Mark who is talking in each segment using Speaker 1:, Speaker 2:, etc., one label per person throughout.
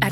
Speaker 1: At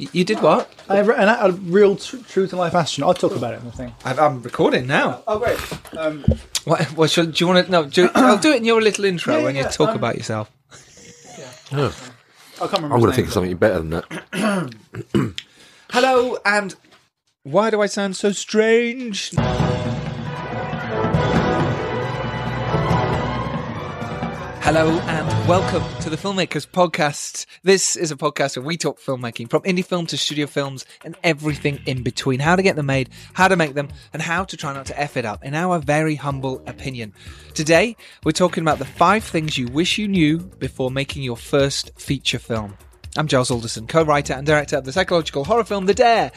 Speaker 2: Y- You did what?
Speaker 3: I have an, a real tr- true to life astronaut. I'll talk about it in the thing.
Speaker 2: I- I'm recording now.
Speaker 3: Oh, great. Um,
Speaker 2: What? what should, do you want to? No, do, I'll do it in your little intro
Speaker 3: Yeah,
Speaker 2: when you
Speaker 3: yeah,
Speaker 2: talk
Speaker 3: um,
Speaker 2: about yourself.
Speaker 3: I can't remember. his
Speaker 4: I'm going to
Speaker 3: name,
Speaker 4: think of
Speaker 3: but-
Speaker 4: something better than that.
Speaker 2: Hello, and why do I sound so strange? Hello and welcome to the Filmmakers Podcast. This is a podcast where we talk filmmaking from indie film to studio films and everything in between. How to get them made, how to make them, and how to try not to F it up, in our very humble opinion. Today, we're talking about the five things you wish you knew before making your first feature film. I'm Giles Alderson, co writer and director of the psychological horror film The Dare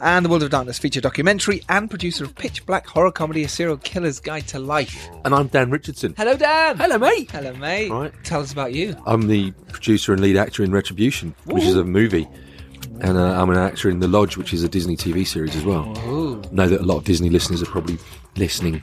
Speaker 2: and The World of Darkness feature documentary and producer of pitch black horror comedy A Serial Killer's Guide to Life.
Speaker 4: And I'm Dan Richardson.
Speaker 2: Hello, Dan.
Speaker 4: Hello, mate.
Speaker 2: Hello, mate.
Speaker 4: Right.
Speaker 2: Tell us about you.
Speaker 4: I'm the producer and lead actor in Retribution, which is a movie. And uh, I'm an actor in The Lodge, which is a Disney TV series as well. Know that a lot of Disney listeners are probably listening.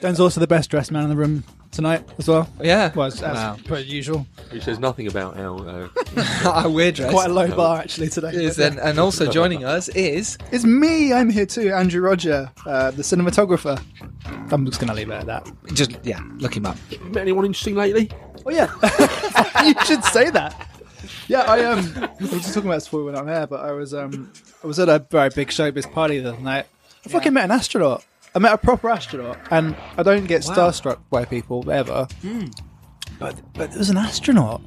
Speaker 3: Dan's also the best dressed man in the room tonight as well.
Speaker 2: Yeah.
Speaker 3: Was as
Speaker 2: Wow.
Speaker 3: per usual.
Speaker 4: Which says nothing about uh, our.
Speaker 2: Our weird dress.
Speaker 3: Quite a low bar actually today.
Speaker 2: is, and, and also joining us is
Speaker 3: It's me. I'm here too, Andrew Roger, uh, the cinematographer. I'm just going to leave it at that.
Speaker 2: just yeah, look him up.
Speaker 4: Met anyone interesting lately?
Speaker 3: Oh yeah, you should say that. Yeah, I Um, we were just talking about this before we went on air, but I was um, I was at a very big showbiz party the other night. I fucking met an astronaut. I met a proper astronaut, and I don't get starstruck by people ever.
Speaker 2: Hmm.
Speaker 3: But but there was an astronaut.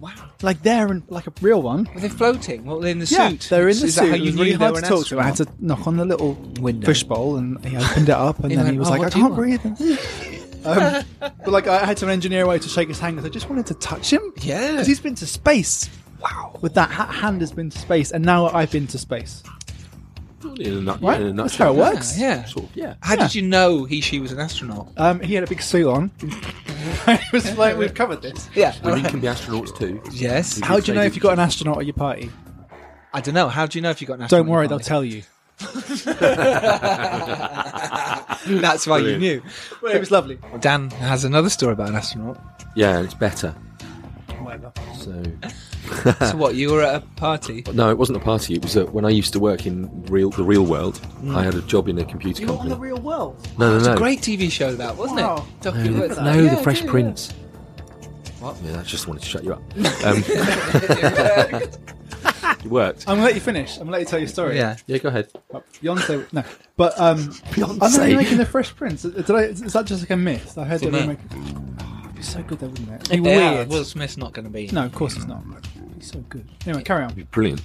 Speaker 2: Wow.
Speaker 3: Like there and like a real one.
Speaker 2: Were they floating? Well, in the
Speaker 3: Yeah,
Speaker 2: suit.
Speaker 3: they're in the
Speaker 2: Is
Speaker 3: suit.
Speaker 2: That how
Speaker 3: it
Speaker 2: you
Speaker 3: was
Speaker 2: knew
Speaker 3: really
Speaker 2: they
Speaker 3: hard
Speaker 2: were
Speaker 3: to
Speaker 2: an
Speaker 3: talk to. I had
Speaker 2: astronaut?
Speaker 3: to knock on the little
Speaker 2: Window.
Speaker 3: fishbowl, and he opened it up, and
Speaker 2: He
Speaker 3: then
Speaker 2: went,
Speaker 3: he was
Speaker 2: "Oh,
Speaker 3: like, "I
Speaker 2: what do you
Speaker 3: can't breathe." um, but like, I had to engineer a way to shake his hand because I just wanted to touch him.
Speaker 2: Yeah.
Speaker 3: because he's been to space. Wow, with that ha- hand has been to space, and now I've been to space.
Speaker 4: In a, nut,
Speaker 3: Right,
Speaker 4: in a
Speaker 3: that's how
Speaker 4: nutshell.
Speaker 3: it works.
Speaker 2: Yeah.
Speaker 4: Sort of, yeah.
Speaker 2: How did you know he she was an astronaut?
Speaker 3: Um, he had a big suit on. I was like, "We've covered this."
Speaker 2: Yeah.
Speaker 4: Women can be astronauts too.
Speaker 2: Yes.
Speaker 3: How do you know if you got an astronaut at your party?
Speaker 2: I don't know. How do you know if you got an astronaut?
Speaker 3: Don't worry,
Speaker 2: in your
Speaker 3: they'll tell you.
Speaker 2: body? That's why you knew.
Speaker 3: It was lovely.
Speaker 2: Dan has another story about an astronaut.
Speaker 4: Yeah, and it's better.
Speaker 3: Whatever.
Speaker 4: So
Speaker 2: so what? You were at a party.
Speaker 4: no, it wasn't a party. It was uh, when I used to work in real the real world.
Speaker 3: Mm.
Speaker 4: I had a job in a computer
Speaker 3: You're on
Speaker 4: company.
Speaker 3: the real world.
Speaker 4: no, no, no.
Speaker 2: Great TV show that wasn't
Speaker 3: Wow.
Speaker 2: it? Docu-
Speaker 4: No,
Speaker 2: was
Speaker 4: the,
Speaker 2: that?
Speaker 4: no,
Speaker 2: Yeah,
Speaker 4: the Fresh
Speaker 2: yeah, yeah.
Speaker 4: Prince. Yeah, I just wanted to shut you up. Um, it worked.
Speaker 3: I'm gonna let you finish. I'm gonna let you tell your story.
Speaker 2: Yeah.
Speaker 4: Yeah, go ahead.
Speaker 3: Beyonce, no, but um,
Speaker 4: Beyonce.
Speaker 3: Are they making the Fresh Prince? Uh, Did I, is that just like a myth? I heard they were
Speaker 2: No.
Speaker 3: making. Oh, it'd be so good, though, wouldn't it? It'd be
Speaker 2: Yeah,
Speaker 3: weird.
Speaker 2: Will Smith's not going to be.
Speaker 3: No, of course it's not. It'd be so good. Anyway, carry on.
Speaker 4: Brilliant.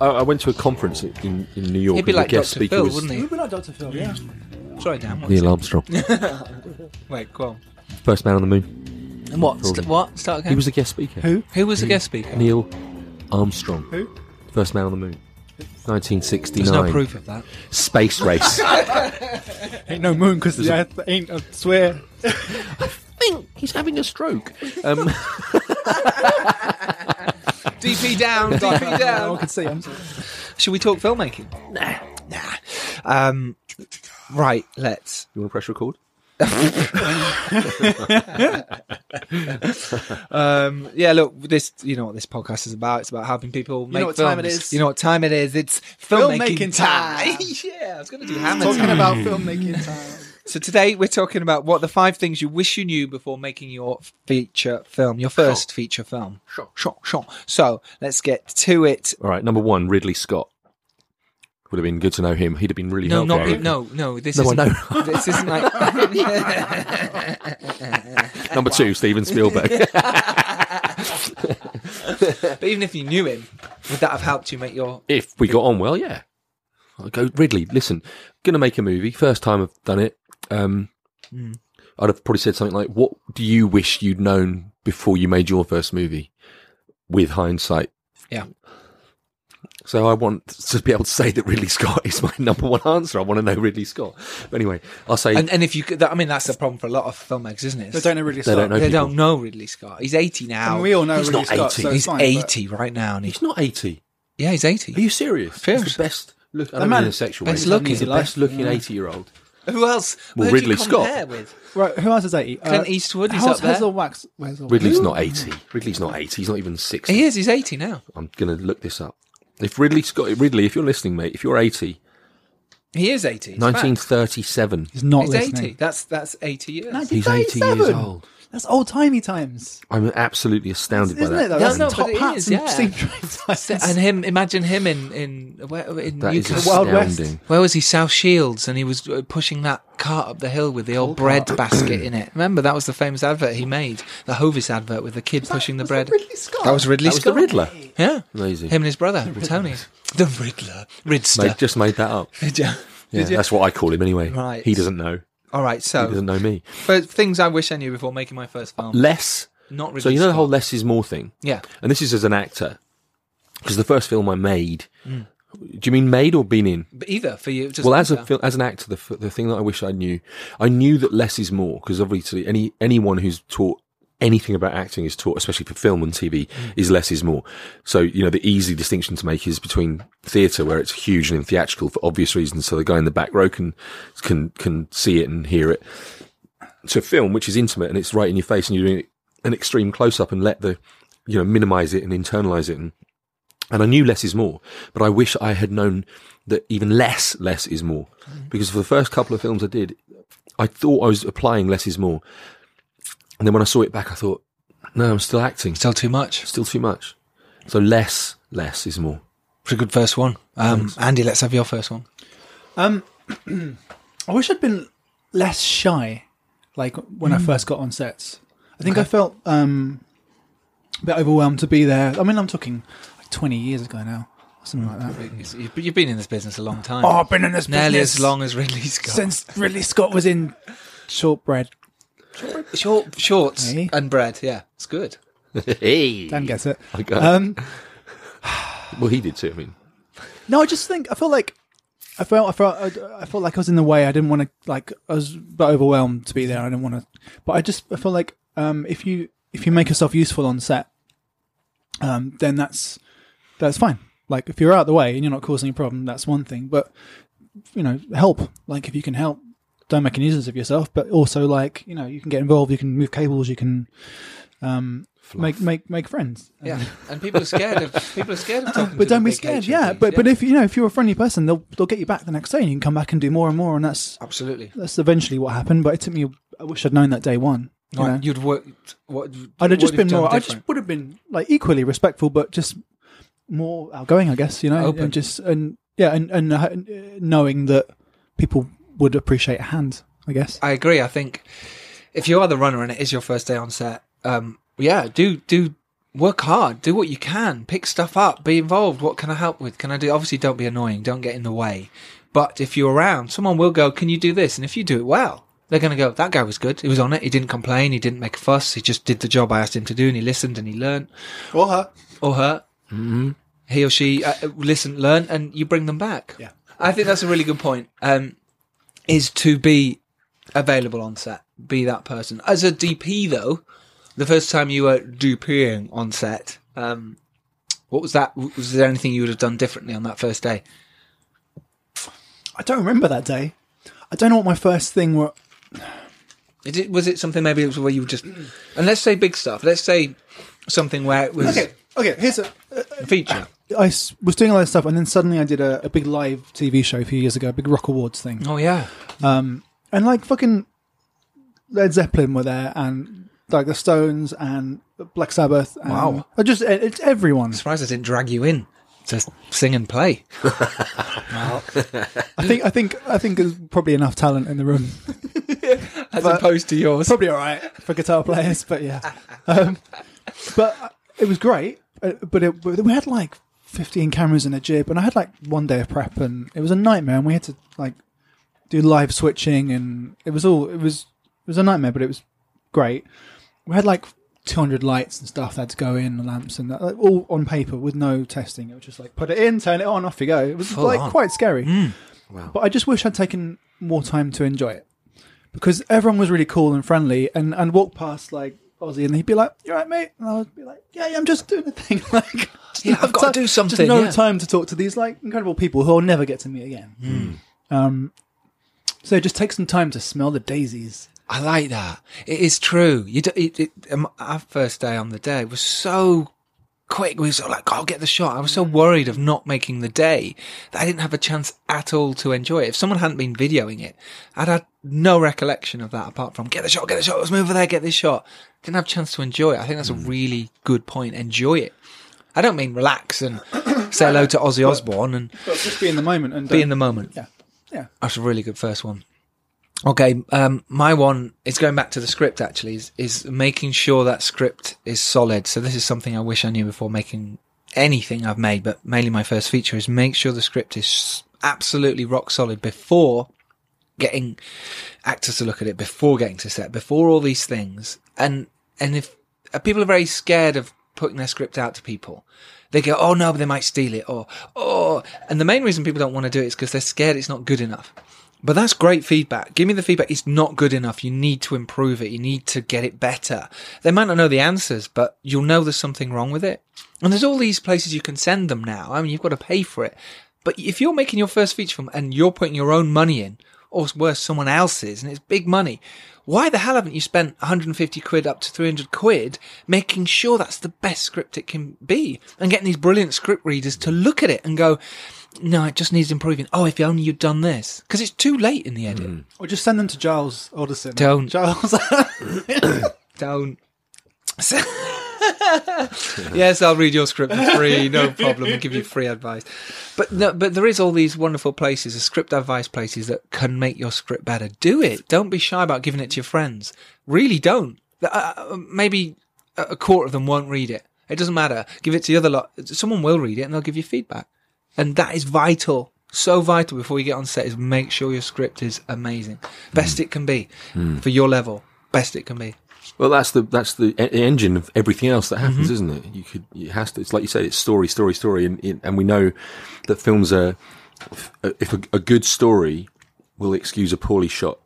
Speaker 4: I, I went to a conference in, in New York.
Speaker 2: He'd be
Speaker 4: and the
Speaker 2: like
Speaker 4: guest
Speaker 2: Dr.
Speaker 4: speaker
Speaker 2: Phil,
Speaker 4: was
Speaker 2: wouldn't
Speaker 3: We
Speaker 2: he?
Speaker 3: were not Doctor Phil. Yeah.
Speaker 2: Sorry, Dan. What's
Speaker 4: Neil Armstrong,
Speaker 2: Wait, go on.
Speaker 4: first man on the moon.
Speaker 2: And what?
Speaker 4: Probably.
Speaker 2: St- what? Start again.
Speaker 4: He was the guest speaker.
Speaker 3: Who?
Speaker 2: Who was the guest speaker?
Speaker 4: Neil Armstrong,
Speaker 3: Who?
Speaker 4: first man on the moon. 1969.
Speaker 2: There's no proof of that.
Speaker 4: Space race.
Speaker 3: Ain't no moon because the earth ain't. I swear.
Speaker 4: think he's having a stroke. Um,
Speaker 2: DP down, DP
Speaker 3: No one
Speaker 2: down.
Speaker 3: can see. I'm sorry.
Speaker 2: Should we talk filmmaking? Nah, nah. Um, right, let's.
Speaker 4: you want to press record?
Speaker 2: Um, yeah, look, this. You know what this podcast is about? It's about helping people make
Speaker 3: know what time it
Speaker 2: films.
Speaker 3: is?
Speaker 2: You know what time it is? It's filmmaking,
Speaker 3: Filmmaking
Speaker 2: time.
Speaker 3: time. Mm.
Speaker 2: yeah, I was going to do Hammer
Speaker 3: Talking
Speaker 2: time.
Speaker 3: about filmmaking time.
Speaker 2: So today we're talking about what the five things you wish you knew before making your feature film, your first feature film. Sure, sure, sure. So let's get to it.
Speaker 4: All right, number one, Ridley Scott. Would have been good to know him. He'd have been really
Speaker 2: No,
Speaker 4: helpful. I
Speaker 2: not e-,
Speaker 4: reckon.
Speaker 2: no, no. This
Speaker 4: No, I
Speaker 2: isn't. This isn't like.
Speaker 4: Number two, Steven Spielberg.
Speaker 2: but even if you knew him, would that have helped you make your?
Speaker 4: if we got on well, yeah. I go Ridley. Listen, gonna make a movie. First time
Speaker 2: Hmm.
Speaker 4: I've done it. Um, I'd have probably said something like, "What do you wish you'd known before you made your first movie with hindsight.
Speaker 2: Yeah.
Speaker 4: So I want to be able to say that Ridley Scott is my number one answer. I want to know Ridley Scott. But anyway, I'll say
Speaker 2: And, and if you, could- that, I mean, that's the problem for a lot of filmmakers, isn't it?
Speaker 3: They don't know really.
Speaker 4: They don't know
Speaker 2: They
Speaker 4: people.
Speaker 2: don't know Ridley Scott. He's 80 now.
Speaker 3: And we all know
Speaker 4: He's
Speaker 3: Ridley
Speaker 4: not
Speaker 3: Scott, so
Speaker 4: 18.
Speaker 3: it's
Speaker 2: he's
Speaker 3: fine, but-
Speaker 2: 80 right now, and he's
Speaker 4: he's not eighty.
Speaker 2: yeah, he's 80.
Speaker 4: Are you serious?
Speaker 2: Serious.
Speaker 4: He's the best. Look, I
Speaker 3: The
Speaker 4: don't
Speaker 3: man-
Speaker 4: mean in a sexual
Speaker 2: best
Speaker 4: way.
Speaker 2: looking.
Speaker 4: He's the best looking eighty-year-old.
Speaker 2: Who else?
Speaker 4: Well,
Speaker 2: Who do you
Speaker 4: Ridley Scott.
Speaker 2: compare With?
Speaker 3: Right, who else is 80? Uh,
Speaker 2: Clint Eastwood, he's
Speaker 3: how's
Speaker 2: up there.
Speaker 3: Hazel Wax? Where's Hazel
Speaker 4: Ridley's not eighty. Ridley's not eighty. He's not even sixty.
Speaker 2: He is. He's 80 now.
Speaker 4: I'm going to look this up. If Ridley Scott, Ridley, if you're listening, mate, if you're 80,
Speaker 2: He is 80. He's back.
Speaker 4: 1937,
Speaker 3: He's not
Speaker 2: He's 80.
Speaker 3: listening.
Speaker 2: That's that's 80 years.
Speaker 4: he's 80 years
Speaker 3: 1937.
Speaker 4: old.
Speaker 3: That's old timey times,
Speaker 4: I'm absolutely astounded
Speaker 3: isn't
Speaker 4: by
Speaker 3: it?
Speaker 4: that.
Speaker 3: Though?
Speaker 2: No,
Speaker 3: That's
Speaker 2: no, but
Speaker 3: top
Speaker 2: it
Speaker 3: hats
Speaker 2: is,
Speaker 3: and
Speaker 2: yeah.
Speaker 3: seamstress times.
Speaker 2: And him, imagine him in in where, in
Speaker 4: That is
Speaker 2: Newcastle.
Speaker 3: Well, Wild West.
Speaker 4: astounding.
Speaker 2: Where was he? South Shields, and he was uh, pushing that cart up the hill with the old bread basket in it. Remember that was the famous advert he made, the Hovis advert with the kid pushing the bread.
Speaker 3: Ridley Scott.
Speaker 2: That was Ridley
Speaker 4: That was the
Speaker 2: Scott.
Speaker 4: Riddler.
Speaker 2: Yeah,
Speaker 4: Amazing.
Speaker 2: Him and his brother Tony, the Riddler,
Speaker 4: They
Speaker 2: Ridster.
Speaker 4: just made that up.
Speaker 2: Yeah.
Speaker 4: Yeah, that's what I call him anyway.
Speaker 2: Right.
Speaker 4: He doesn't know.
Speaker 2: All right,
Speaker 4: He doesn't
Speaker 2: so
Speaker 4: know me.
Speaker 2: for things I wish I knew before making my first film.
Speaker 4: Less.
Speaker 2: Not Ridley
Speaker 4: So you know the
Speaker 2: Scott.
Speaker 4: whole less is more thing.
Speaker 2: Yeah,
Speaker 4: And this is as an actor, because the first film I made. Do you mean made or been in?
Speaker 2: but either for you. Just
Speaker 4: well, as a
Speaker 2: either.
Speaker 4: fil- as an actor, the, f- the thing that I wish I knew, I knew that less is more because obviously any anyone who's taught anything about acting is taught, especially for film and TV, is less is more. So you know the easy distinction to make is between theatre where it's huge and theatrical for obvious reasons, so the guy in the back row can can can see it and hear it. To film, which is intimate and it's right in your face, and you're doing an extreme close up and let the you know minimize it and internalize it and and I knew less is more, but I wish I had known that even less, less is more. Because for the first couple of films I did, I thought I was applying less is more. And then when I saw it back, I thought, no, I'm still acting.
Speaker 2: still too much.
Speaker 4: Still too much. So less, less is more.
Speaker 2: Pretty good first one. Um, Andy, let's have your first one.
Speaker 3: I wish I'd been less shy, like when
Speaker 2: Hmm.
Speaker 3: I first got on sets. I think I felt um, a bit overwhelmed to be there. I mean, I'm talking like 20 years ago now, or something
Speaker 2: Hmm.
Speaker 3: like that.
Speaker 2: It's- You've you've been in this business a long time.
Speaker 3: Oh, I've been in this
Speaker 2: Nearly
Speaker 3: business
Speaker 2: as long as Ridley Scott.
Speaker 3: since Ridley Scott was in Shortbread.
Speaker 2: Short shorts
Speaker 3: Hey.
Speaker 2: and bread. Yeah, it's good.
Speaker 4: hey.
Speaker 3: Dan gets it.
Speaker 4: I got-
Speaker 3: Um,
Speaker 4: well, he did too, I mean.
Speaker 3: No, I just think I felt like I felt I felt I, I felt like I was in the way. I didn't want to like I was a bit overwhelmed to be there. I didn't want to, but I just I feel like um, if you if you make yourself useful on set, um, then that's that's fine. Like if you're out of the way and you're not causing a problem, that's one thing. But you know, help. Like if you can help, don't make a nuisance of yourself. But also like you know, you can get involved. You can move cables. You can um, make make make friends.
Speaker 2: Yeah, and people are scared of people are scared of talking.
Speaker 3: Mm. But don't be scared, yeah. But but if you know if you're a friendly person, they'll they'll get you back the next day, and you can come back and do more and more, and that's
Speaker 2: absolutely,
Speaker 3: that's eventually what happened. But it took me. I wish I'd known that day one. You know?
Speaker 2: Right, you'd worked. What
Speaker 3: I'd have
Speaker 2: what
Speaker 3: just
Speaker 2: have
Speaker 3: been
Speaker 2: you done
Speaker 3: more. I
Speaker 2: different?
Speaker 3: just would have been like equally respectful, but just more outgoing, I guess. You know,
Speaker 2: Open.
Speaker 3: and just and yeah, and and uh, knowing that people would appreciate a hand, I guess.
Speaker 2: I agree. I think if you are the runner and it is your first day on set, um, yeah, do do work hard, do what you can, pick stuff up, be involved. What can I help with? Can I do? Obviously, don't be annoying, don't get in the way. But if you're around, someone will go, "Can you do this?" And if you do it well, they're going to go, "That guy was good. He was on it. He didn't complain. He didn't make a fuss. He just did the job I asked him to do, and he listened and he learned."
Speaker 3: Or her.
Speaker 2: or her, Mm-hmm. he or she uh, listen, learn, and you bring them back.
Speaker 3: Yeah.
Speaker 2: I think that's a really good point. Um, is to be available on set, be that person. As a DP, though, the first time you were DPing on set, um, what was that? Was there anything you would have done differently on that first day?
Speaker 3: I don't remember that day. I don't know what my first thing were.
Speaker 2: Is it, was it something maybe it was where you were just, and let's say big stuff. Let's say something where it was
Speaker 3: Okay, okay. Here's a
Speaker 2: a feature.
Speaker 3: I s- was doing all that stuff, and then suddenly I did a, a big live TV show a few years ago, a big Rock Awards thing,
Speaker 2: Oh yeah,
Speaker 3: and like fucking Led Zeppelin were there, and like the Stones and Black Sabbath. And
Speaker 2: Wow.
Speaker 3: I just it- it's everyone.
Speaker 2: surprised I didn't drag you in to sing and play.
Speaker 3: I think I think I think there's probably enough talent in the room.
Speaker 2: as opposed to yours.
Speaker 3: probably all right for guitar players, but yeah. Um, but it was great. uh, But it, but we had like 15 cameras in a jib, and I had like one day of prep, and it was a nightmare. And we had to like do live switching, and it was all it was it was a nightmare, but it was great. We had like 200 lights and stuff that had to go in, and lamps and that, like, all on paper with no testing. It was just like put it in, turn it on, off you go. It was
Speaker 2: Full
Speaker 3: like
Speaker 2: on. Mm.
Speaker 3: quite scary.
Speaker 4: Wow.
Speaker 3: But I just wish I'd taken more time to enjoy it because everyone was really cool and friendly, and and walk past like Ozzy, and he'd be like, "You right, mate?" And I'd be like, "Yeah, yeah, I'm just doing a thing." like, just
Speaker 2: Yeah,
Speaker 3: no
Speaker 2: I've gotta
Speaker 3: ti-
Speaker 2: do something,
Speaker 3: Just no
Speaker 2: yeah.
Speaker 3: time to talk to these like incredible people who I'll never get to meet again.
Speaker 2: Hmm.
Speaker 3: Um, so just take some time to smell the daisies.
Speaker 2: I like that. It is true. You do, it, it, um, our first day on the day was so quick. We were sort of like, "Oh, get the shot." I was so worried of not making the day that I didn't have a chance at all to enjoy it. If someone hadn't been videoing it, I'd had no recollection of that apart from get the shot, get the shot. Let's move over there, get this shot. Didn't have a chance to enjoy it. I think that's a really good point. Enjoy it. I don't mean relax and say hello to Ozzy Osbourne and
Speaker 3: But just be in the moment and
Speaker 2: be in the moment.
Speaker 3: yeah, yeah.
Speaker 2: That's a really good first one. Okay, um, my one is going back to the script. Actually, is, is making sure that script is solid. So this is something I wish I knew before making anything I've made, but mainly my first feature is make sure the script is s- absolutely rock solid before getting actors to look at it, before getting to set, before all these things. And and if uh, people are very scared of putting their script out to people, they go, "Oh no, but they might steal it," or "Oh." And the main reason people don't want to do it is because they're scared it's not good enough. But that's great feedback. Give me the feedback. It's not good enough. You need to improve it. You need to get it better. They might not know the answers, but you'll know there's something wrong with it. And there's all these places you can send them now. I mean, you've got to pay for it. But if you're making your first feature film and you're putting your own money in, or worse, someone else's, and it's big money, why the hell haven't you spent 150 quid up to 300 quid making sure that's the best script it can be and getting these brilliant script readers to look at it and go, no, it just needs improving. Oh, if only you'd done this. Because it's too late in the edit.
Speaker 3: Or just send them to Giles Alderson.
Speaker 2: Don't.
Speaker 3: Giles.
Speaker 2: Don't. yes, I'll read your script for free, no problem, and give you free advice. But no, but there is all these wonderful places, the script advice places that can make your script better. Do it. Don't be shy about giving it to your friends. Really, don't. Uh, uh, maybe a a quarter of them won't read it. It doesn't matter. Give it to the other lot. Someone will read it, and they'll give you feedback. And that is vital. So vital before you get on set is make sure your script is amazing, best it can be for your level, best it can be.
Speaker 4: Well, that's the that's the e- engine of everything else that happens, isn't it? You could it has to. It's like you said, it's story, story, story, and it, and we know that films are if a, a good story will excuse a poorly shot.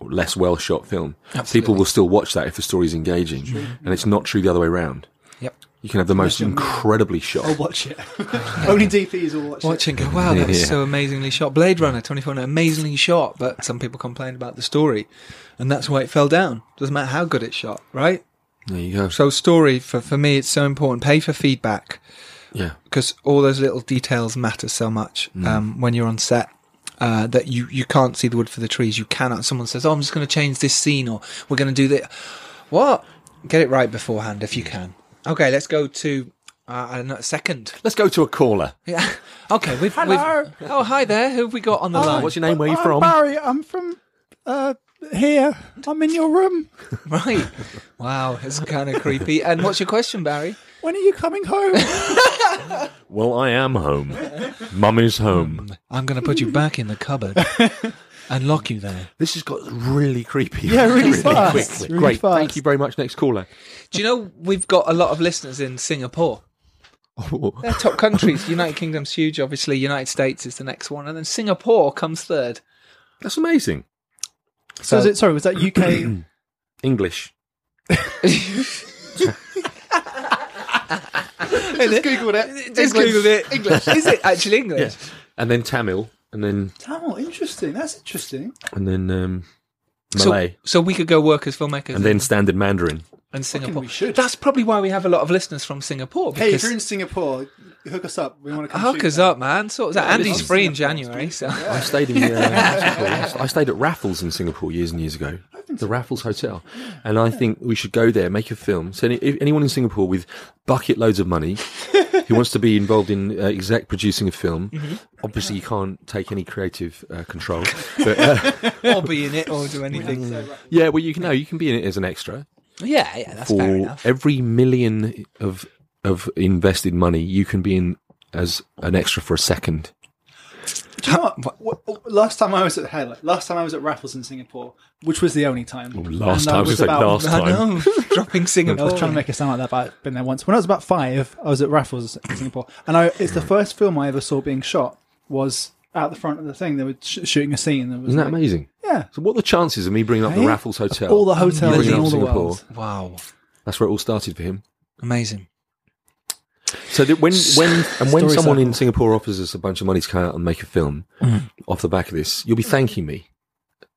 Speaker 4: or Less well shot film, people will still watch that if the story is engaging, and it's not true the other way around.
Speaker 2: Yep.
Speaker 4: You can Oh, have the most incredibly shot.
Speaker 3: I'll watch it. Only DPs will watch,
Speaker 2: Watch and go, wow, that's
Speaker 4: Yeah.
Speaker 2: so amazingly shot. Blade Runner 24, amazingly shot, but some people complained about the story, and that's why it fell down. Doesn't matter how good it's shot, right?
Speaker 4: there you go.
Speaker 2: So, story for, for me, it's so important. Pay for feedback
Speaker 4: yeah,
Speaker 2: because all those little details matter so much um, when you're on set. Uh, that you, you can't see the wood for the trees. You cannot. Someone says, "Oh, I'm just going to change this scene," or "We're going to do that." What? Get it right beforehand if you can. Okay, let's go to uh, I don't know, second.
Speaker 4: let's go to a caller.
Speaker 2: Yeah. Okay. We've,
Speaker 3: Hello.
Speaker 2: we've. Oh, hi there. Who have we got on the line?
Speaker 4: What's your name? Where are you
Speaker 3: I'm
Speaker 4: from?
Speaker 3: Barry, I'm from uh, here. I'm in your room.
Speaker 2: Right. Wow, it's kind of creepy. And what's your question, Barry?
Speaker 3: When are you coming home?
Speaker 4: Well, I am home. Mum is home.
Speaker 2: I'm going to put you back in the cupboard and lock you there.
Speaker 4: This has got really creepy.
Speaker 3: Yeah, really fast, really
Speaker 4: Great.
Speaker 3: fast.
Speaker 4: Thank you very much. Next caller.
Speaker 2: Do you know we've got a lot of listeners in Singapore?
Speaker 3: Oh.
Speaker 2: They're top countries. United Kingdom's huge, obviously. United States is the next one, and then Singapore comes third.
Speaker 4: That's amazing.
Speaker 3: so, is it, sorry, was that UK?
Speaker 4: English.
Speaker 2: Just googled it. Just googled it. English. Is it actually English?
Speaker 4: And then Tamil. And then
Speaker 3: oh, interesting. That's interesting.
Speaker 4: and then um,
Speaker 2: So-
Speaker 4: Malay.
Speaker 2: So, we could go work as filmmakers
Speaker 4: and then standard Mandarin.
Speaker 2: in Singapore.
Speaker 3: we should.
Speaker 2: That's probably why we have a lot of listeners from Singapore.
Speaker 3: Hey, if
Speaker 2: because-
Speaker 3: you're in Singapore, hook us up. We want to come.
Speaker 2: Hook
Speaker 3: shoot
Speaker 2: us
Speaker 3: now.
Speaker 2: up, man. Sort us out. Andy's
Speaker 3: is
Speaker 2: free in
Speaker 3: Singapore, it's
Speaker 2: January, so
Speaker 4: I stayed in uh, I stayed at Raffles in Singapore years and years ago. The Raffles Hotel, and I think we should go there, make a film. So, any, if anyone in Singapore with bucket loads of money who wants to be involved in uh, exec producing a film,
Speaker 3: Mm-hmm.
Speaker 4: obviously you can't take any creative uh, control. But, uh,
Speaker 2: or be in it or do anything.
Speaker 4: yeah, well, you can know you can be in it as an extra.
Speaker 2: Yeah, yeah, that's fair
Speaker 4: for
Speaker 2: enough.
Speaker 4: every million of of invested money, you can be in as an extra for a second.
Speaker 3: Do you know what? Wha- Last time I was at hey, like, last time I was at Raffles in Singapore, which was the only time.
Speaker 4: last
Speaker 3: and I
Speaker 4: time, I was gonna say
Speaker 3: about-
Speaker 4: last
Speaker 2: I
Speaker 4: time.
Speaker 2: know. Dropping
Speaker 3: I
Speaker 2: Singapore.
Speaker 3: was trying to make it sound like that, but I've been there once. When I was about five, I was at Raffles in Singapore, and I, it's the first film I ever saw being shot was out the front of the thing. They were sh- shooting a scene. There was
Speaker 4: Isn't that
Speaker 3: like-
Speaker 4: amazing?
Speaker 3: Yeah,
Speaker 4: So, what are the chances of me bringing up the
Speaker 3: Hey?
Speaker 4: Raffles Hotel?
Speaker 3: all the hotels in
Speaker 4: bringing up
Speaker 3: all the
Speaker 4: Singapore.
Speaker 3: world.
Speaker 2: wow.
Speaker 4: That's where it all started for him.
Speaker 2: Amazing.
Speaker 4: So that when when and when
Speaker 3: Story
Speaker 4: someone in
Speaker 3: cycle.
Speaker 4: Singapore offers us a bunch of money to come out and make a film off the back of this, you'll be thanking me,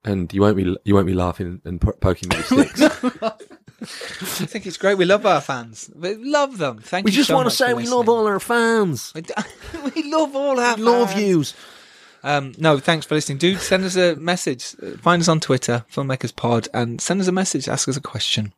Speaker 4: and you won't be you won't be laughing and po- poking me with sticks.
Speaker 2: I think it's great. We love our fans. We love them. Thank
Speaker 4: we
Speaker 2: you
Speaker 4: just
Speaker 2: so
Speaker 4: want to
Speaker 2: much for
Speaker 4: say we love all our fans.
Speaker 2: listening. We do- we love all our
Speaker 4: We love
Speaker 2: fans.
Speaker 4: yous.
Speaker 2: Um, no, thanks for listening. Dude, send us a message. Uh, Find us on Twitter, Filmmakers Pod, and send us a message. Ask us a question.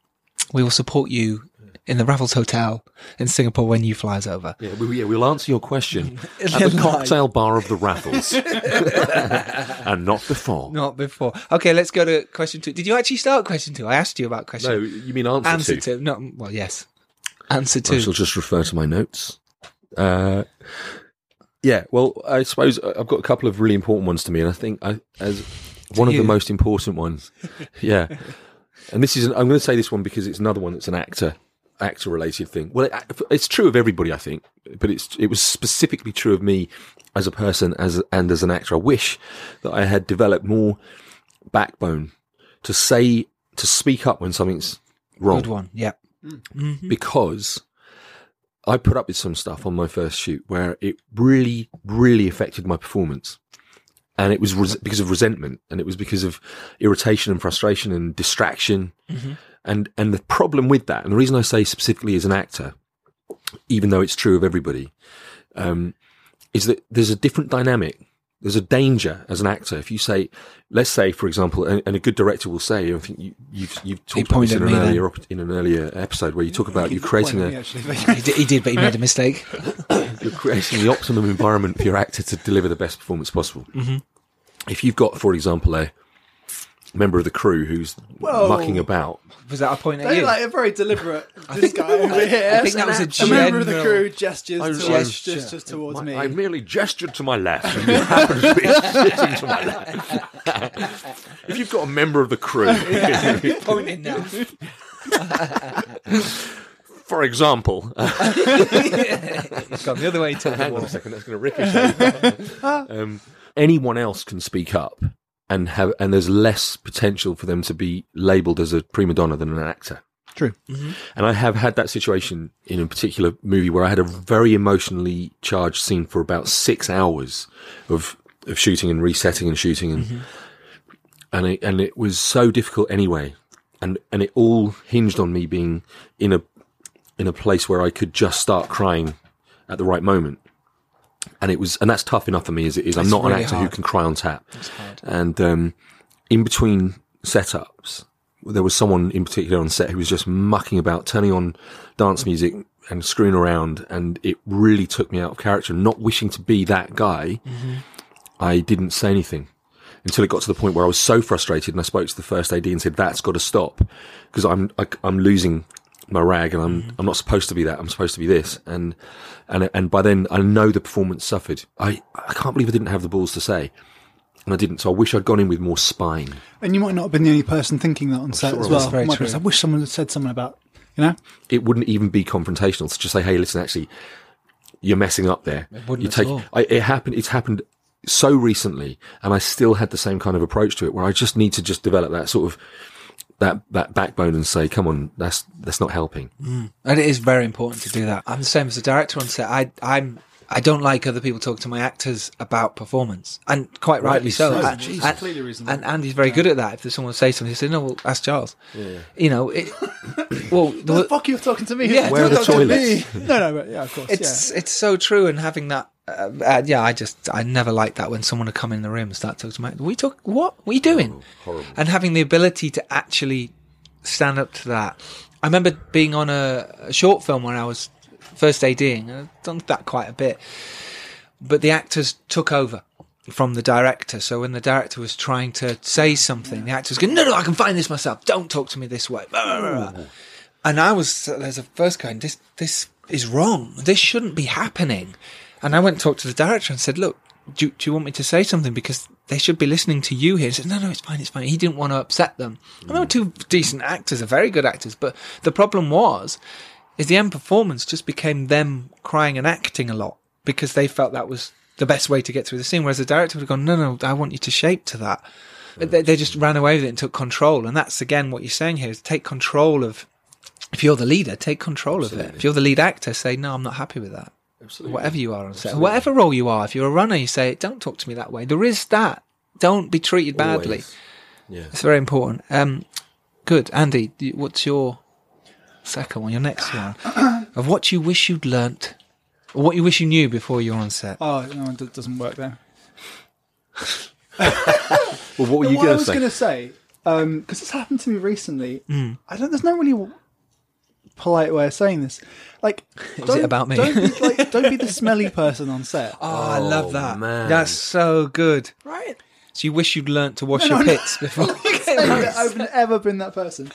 Speaker 2: We will support you in the Raffles Hotel in Singapore when you flies over.
Speaker 4: Yeah, we, yeah, we'll answer your question at
Speaker 2: Yeah,
Speaker 4: the
Speaker 2: live.
Speaker 4: cocktail bar of the Raffles, and not before.
Speaker 2: Not before. Okay, let's go to question two. Did you actually start question two? I asked you about question.
Speaker 4: No, you mean answer,
Speaker 2: answer
Speaker 4: to.
Speaker 2: two. No, well, yes. Answer
Speaker 4: I
Speaker 2: two.
Speaker 4: shall just refer to my notes. Uh, yeah, well, I suppose I- I've got a couple of really important ones to me, and I think I, as one of
Speaker 2: you.
Speaker 4: the most important ones, yeah. And this is, an, I'm going to say this one because it's another one that's an actor, actor related thing. Well, it, uh, it's true of everybody, I think, but it's it was specifically true of me as a person, as and as an actor. I wish that I had developed more backbone to say to speak up when something's wrong
Speaker 2: Good one. Yeah.
Speaker 4: because I put up with some stuff on my first shoot where it really, really affected my performance. And it was res- because of resentment and it was because of irritation and frustration and distraction. And, and the problem with that, and the reason I say specifically as an actor, even though it's true of everybody, um, is that there's a different dynamic. There's a danger as an actor. If you say, let's say, for example, and, and a good director will say, I think you, you've, you've talked about this
Speaker 2: pointed at
Speaker 4: in an,
Speaker 2: me then.
Speaker 4: earlier, op- in an earlier episode where you talk about you're creating
Speaker 3: Well, yeah,
Speaker 4: a,
Speaker 3: actually.
Speaker 2: He did, he did, but he made a mistake.
Speaker 4: you're creating the optimum environment for your actor to deliver the best performance possible.
Speaker 3: Mm-hmm.
Speaker 4: If you've got, for example, a member of the crew who's
Speaker 3: Whoa.
Speaker 4: mucking about,
Speaker 2: Was that a point at
Speaker 3: They
Speaker 2: you?
Speaker 3: like a very deliberate. This guy over here.
Speaker 2: think that was a
Speaker 3: a member of the
Speaker 2: general-
Speaker 3: crew gestures
Speaker 4: I-
Speaker 3: towards,
Speaker 2: Gesture.
Speaker 3: gestures towards me.
Speaker 4: I merely gestured to my left, and you happened to be sitting to my left. if you've got a member of the crew,
Speaker 2: pointing now.
Speaker 4: for example,
Speaker 2: It's gone the other way to the
Speaker 4: Hang on
Speaker 2: wall.
Speaker 4: a second, that's going to ricochet. um, anyone else can speak up and have, and there's less potential for them to be labelled as a prima donna than an actor.
Speaker 3: True.
Speaker 4: And I have had that situation in a particular movie where I had a very emotionally charged scene for about six hours of of shooting and resetting and shooting and and it, and it was so difficult anyway, and and it all hinged on me being in a in a place where I could just start crying at the right moment. And it was, and that's tough enough for me as it is. I'm
Speaker 2: It's
Speaker 4: not an
Speaker 2: really
Speaker 4: actor who
Speaker 2: hard.
Speaker 4: can cry on tap. And um, in between setups, there was someone in particular on set who was just mucking about, turning on dance music and screwing around, and it really took me out of character. Not wishing to be that guy,
Speaker 2: Mm-hmm.
Speaker 4: I didn't say anything until it got to the point where I was so frustrated and I spoke to the first AD and said, that's got to stop because I'm, I, I'm losing my rag and I'm, I'm not supposed to be that. I'm supposed to be this. And, and, and by then I know the performance suffered. I, I can't believe I didn't have the balls to say. And I didn't. So I wish I'd gone in with more spine.
Speaker 3: And you might not have been the only person thinking that on set
Speaker 4: sure
Speaker 3: as
Speaker 4: I was.
Speaker 3: well.
Speaker 2: Very
Speaker 3: Might be,
Speaker 2: true.
Speaker 3: I wish someone had said something about, you know,
Speaker 4: It wouldn't even be confrontational to just say, Hey, listen, actually, you're messing up there. It
Speaker 2: wouldn't
Speaker 4: you
Speaker 2: at all.
Speaker 4: I, it happened. It's happened so recently, and I still had the same kind of approach to it, where I just need to just develop that sort of that that backbone and say, "Come on, that's that's not helping."
Speaker 2: And it is very important to do that. I'm the same as a director on set. I, I'm. I don't like other people talking to my actors about performance, and quite rightly
Speaker 4: Rightly
Speaker 2: so.
Speaker 4: so.
Speaker 2: And-
Speaker 4: Jesus.
Speaker 2: and,
Speaker 3: Completely reasonable.
Speaker 2: and Andy's very good at that. If there's someone says something, he says, "No, well, ask Charles." You know, it, well, the,
Speaker 3: the fuck you're talking to me?
Speaker 2: Yeah,
Speaker 4: Where are the
Speaker 3: Talk to me.
Speaker 4: toilets?
Speaker 3: no, no, but yeah, of course.
Speaker 2: it's it's so true. And having that, uh, uh, yeah, I just I never like that when someone would come in the room and start talking to me. We talk what? What are you doing?
Speaker 4: horrible.
Speaker 2: And having the ability to actually stand up to that. I remember being on a, a short film when I was first ADing, and I've done that quite a bit. But the actors took over from the director. So when the director was trying to say something, the actors going, "No, no, I can find this myself. Don't talk to me this way." Blah, blah, blah, blah. And I was there's a first going, "This this is wrong. This shouldn't be happening." And I went and talked to the director and said, "Look, do, do you want me to say something? Because they should be listening to you here. He says, no, no, it's fine, it's fine. He didn't want to upset them. And they were two decent actors, are very good actors. But the problem was, is the end performance just became them crying and acting a lot because they felt that was the best way to get through the scene. Whereas the director would have gone, no, no, I want you to shape to that. But they, they just ran away with it and took control. And that's again what you're saying here is take control of, if you're the leader, take control of it. If you're the lead actor, say, no, I'm not happy with that. Absolutely. Whatever you are on set, whatever role you are, if you're a runner, you say, don't talk to me that way. There is that. Don't be treated badly.
Speaker 4: Always. Yeah.
Speaker 2: It's very important. Um, good. Andy, do you- what's your second one, your next one? of what you wish you'd learnt, or what you wish you knew before you were on set?
Speaker 3: Oh, no, it doesn't work there.
Speaker 4: Well, what were
Speaker 3: But
Speaker 4: you
Speaker 3: what I
Speaker 4: going to
Speaker 3: was
Speaker 4: say?
Speaker 3: going to say, Hmm. because this happened to me recently, I don't. There's no really w- polite way of saying this. Like, is
Speaker 2: about me?
Speaker 3: Don't be, like, don't be the smelly person on set.
Speaker 2: Oh, I love that.
Speaker 4: man.
Speaker 2: That's so good.
Speaker 3: right.
Speaker 2: So you wish you'd learnt to wash your pits before?
Speaker 3: I've ever been that person.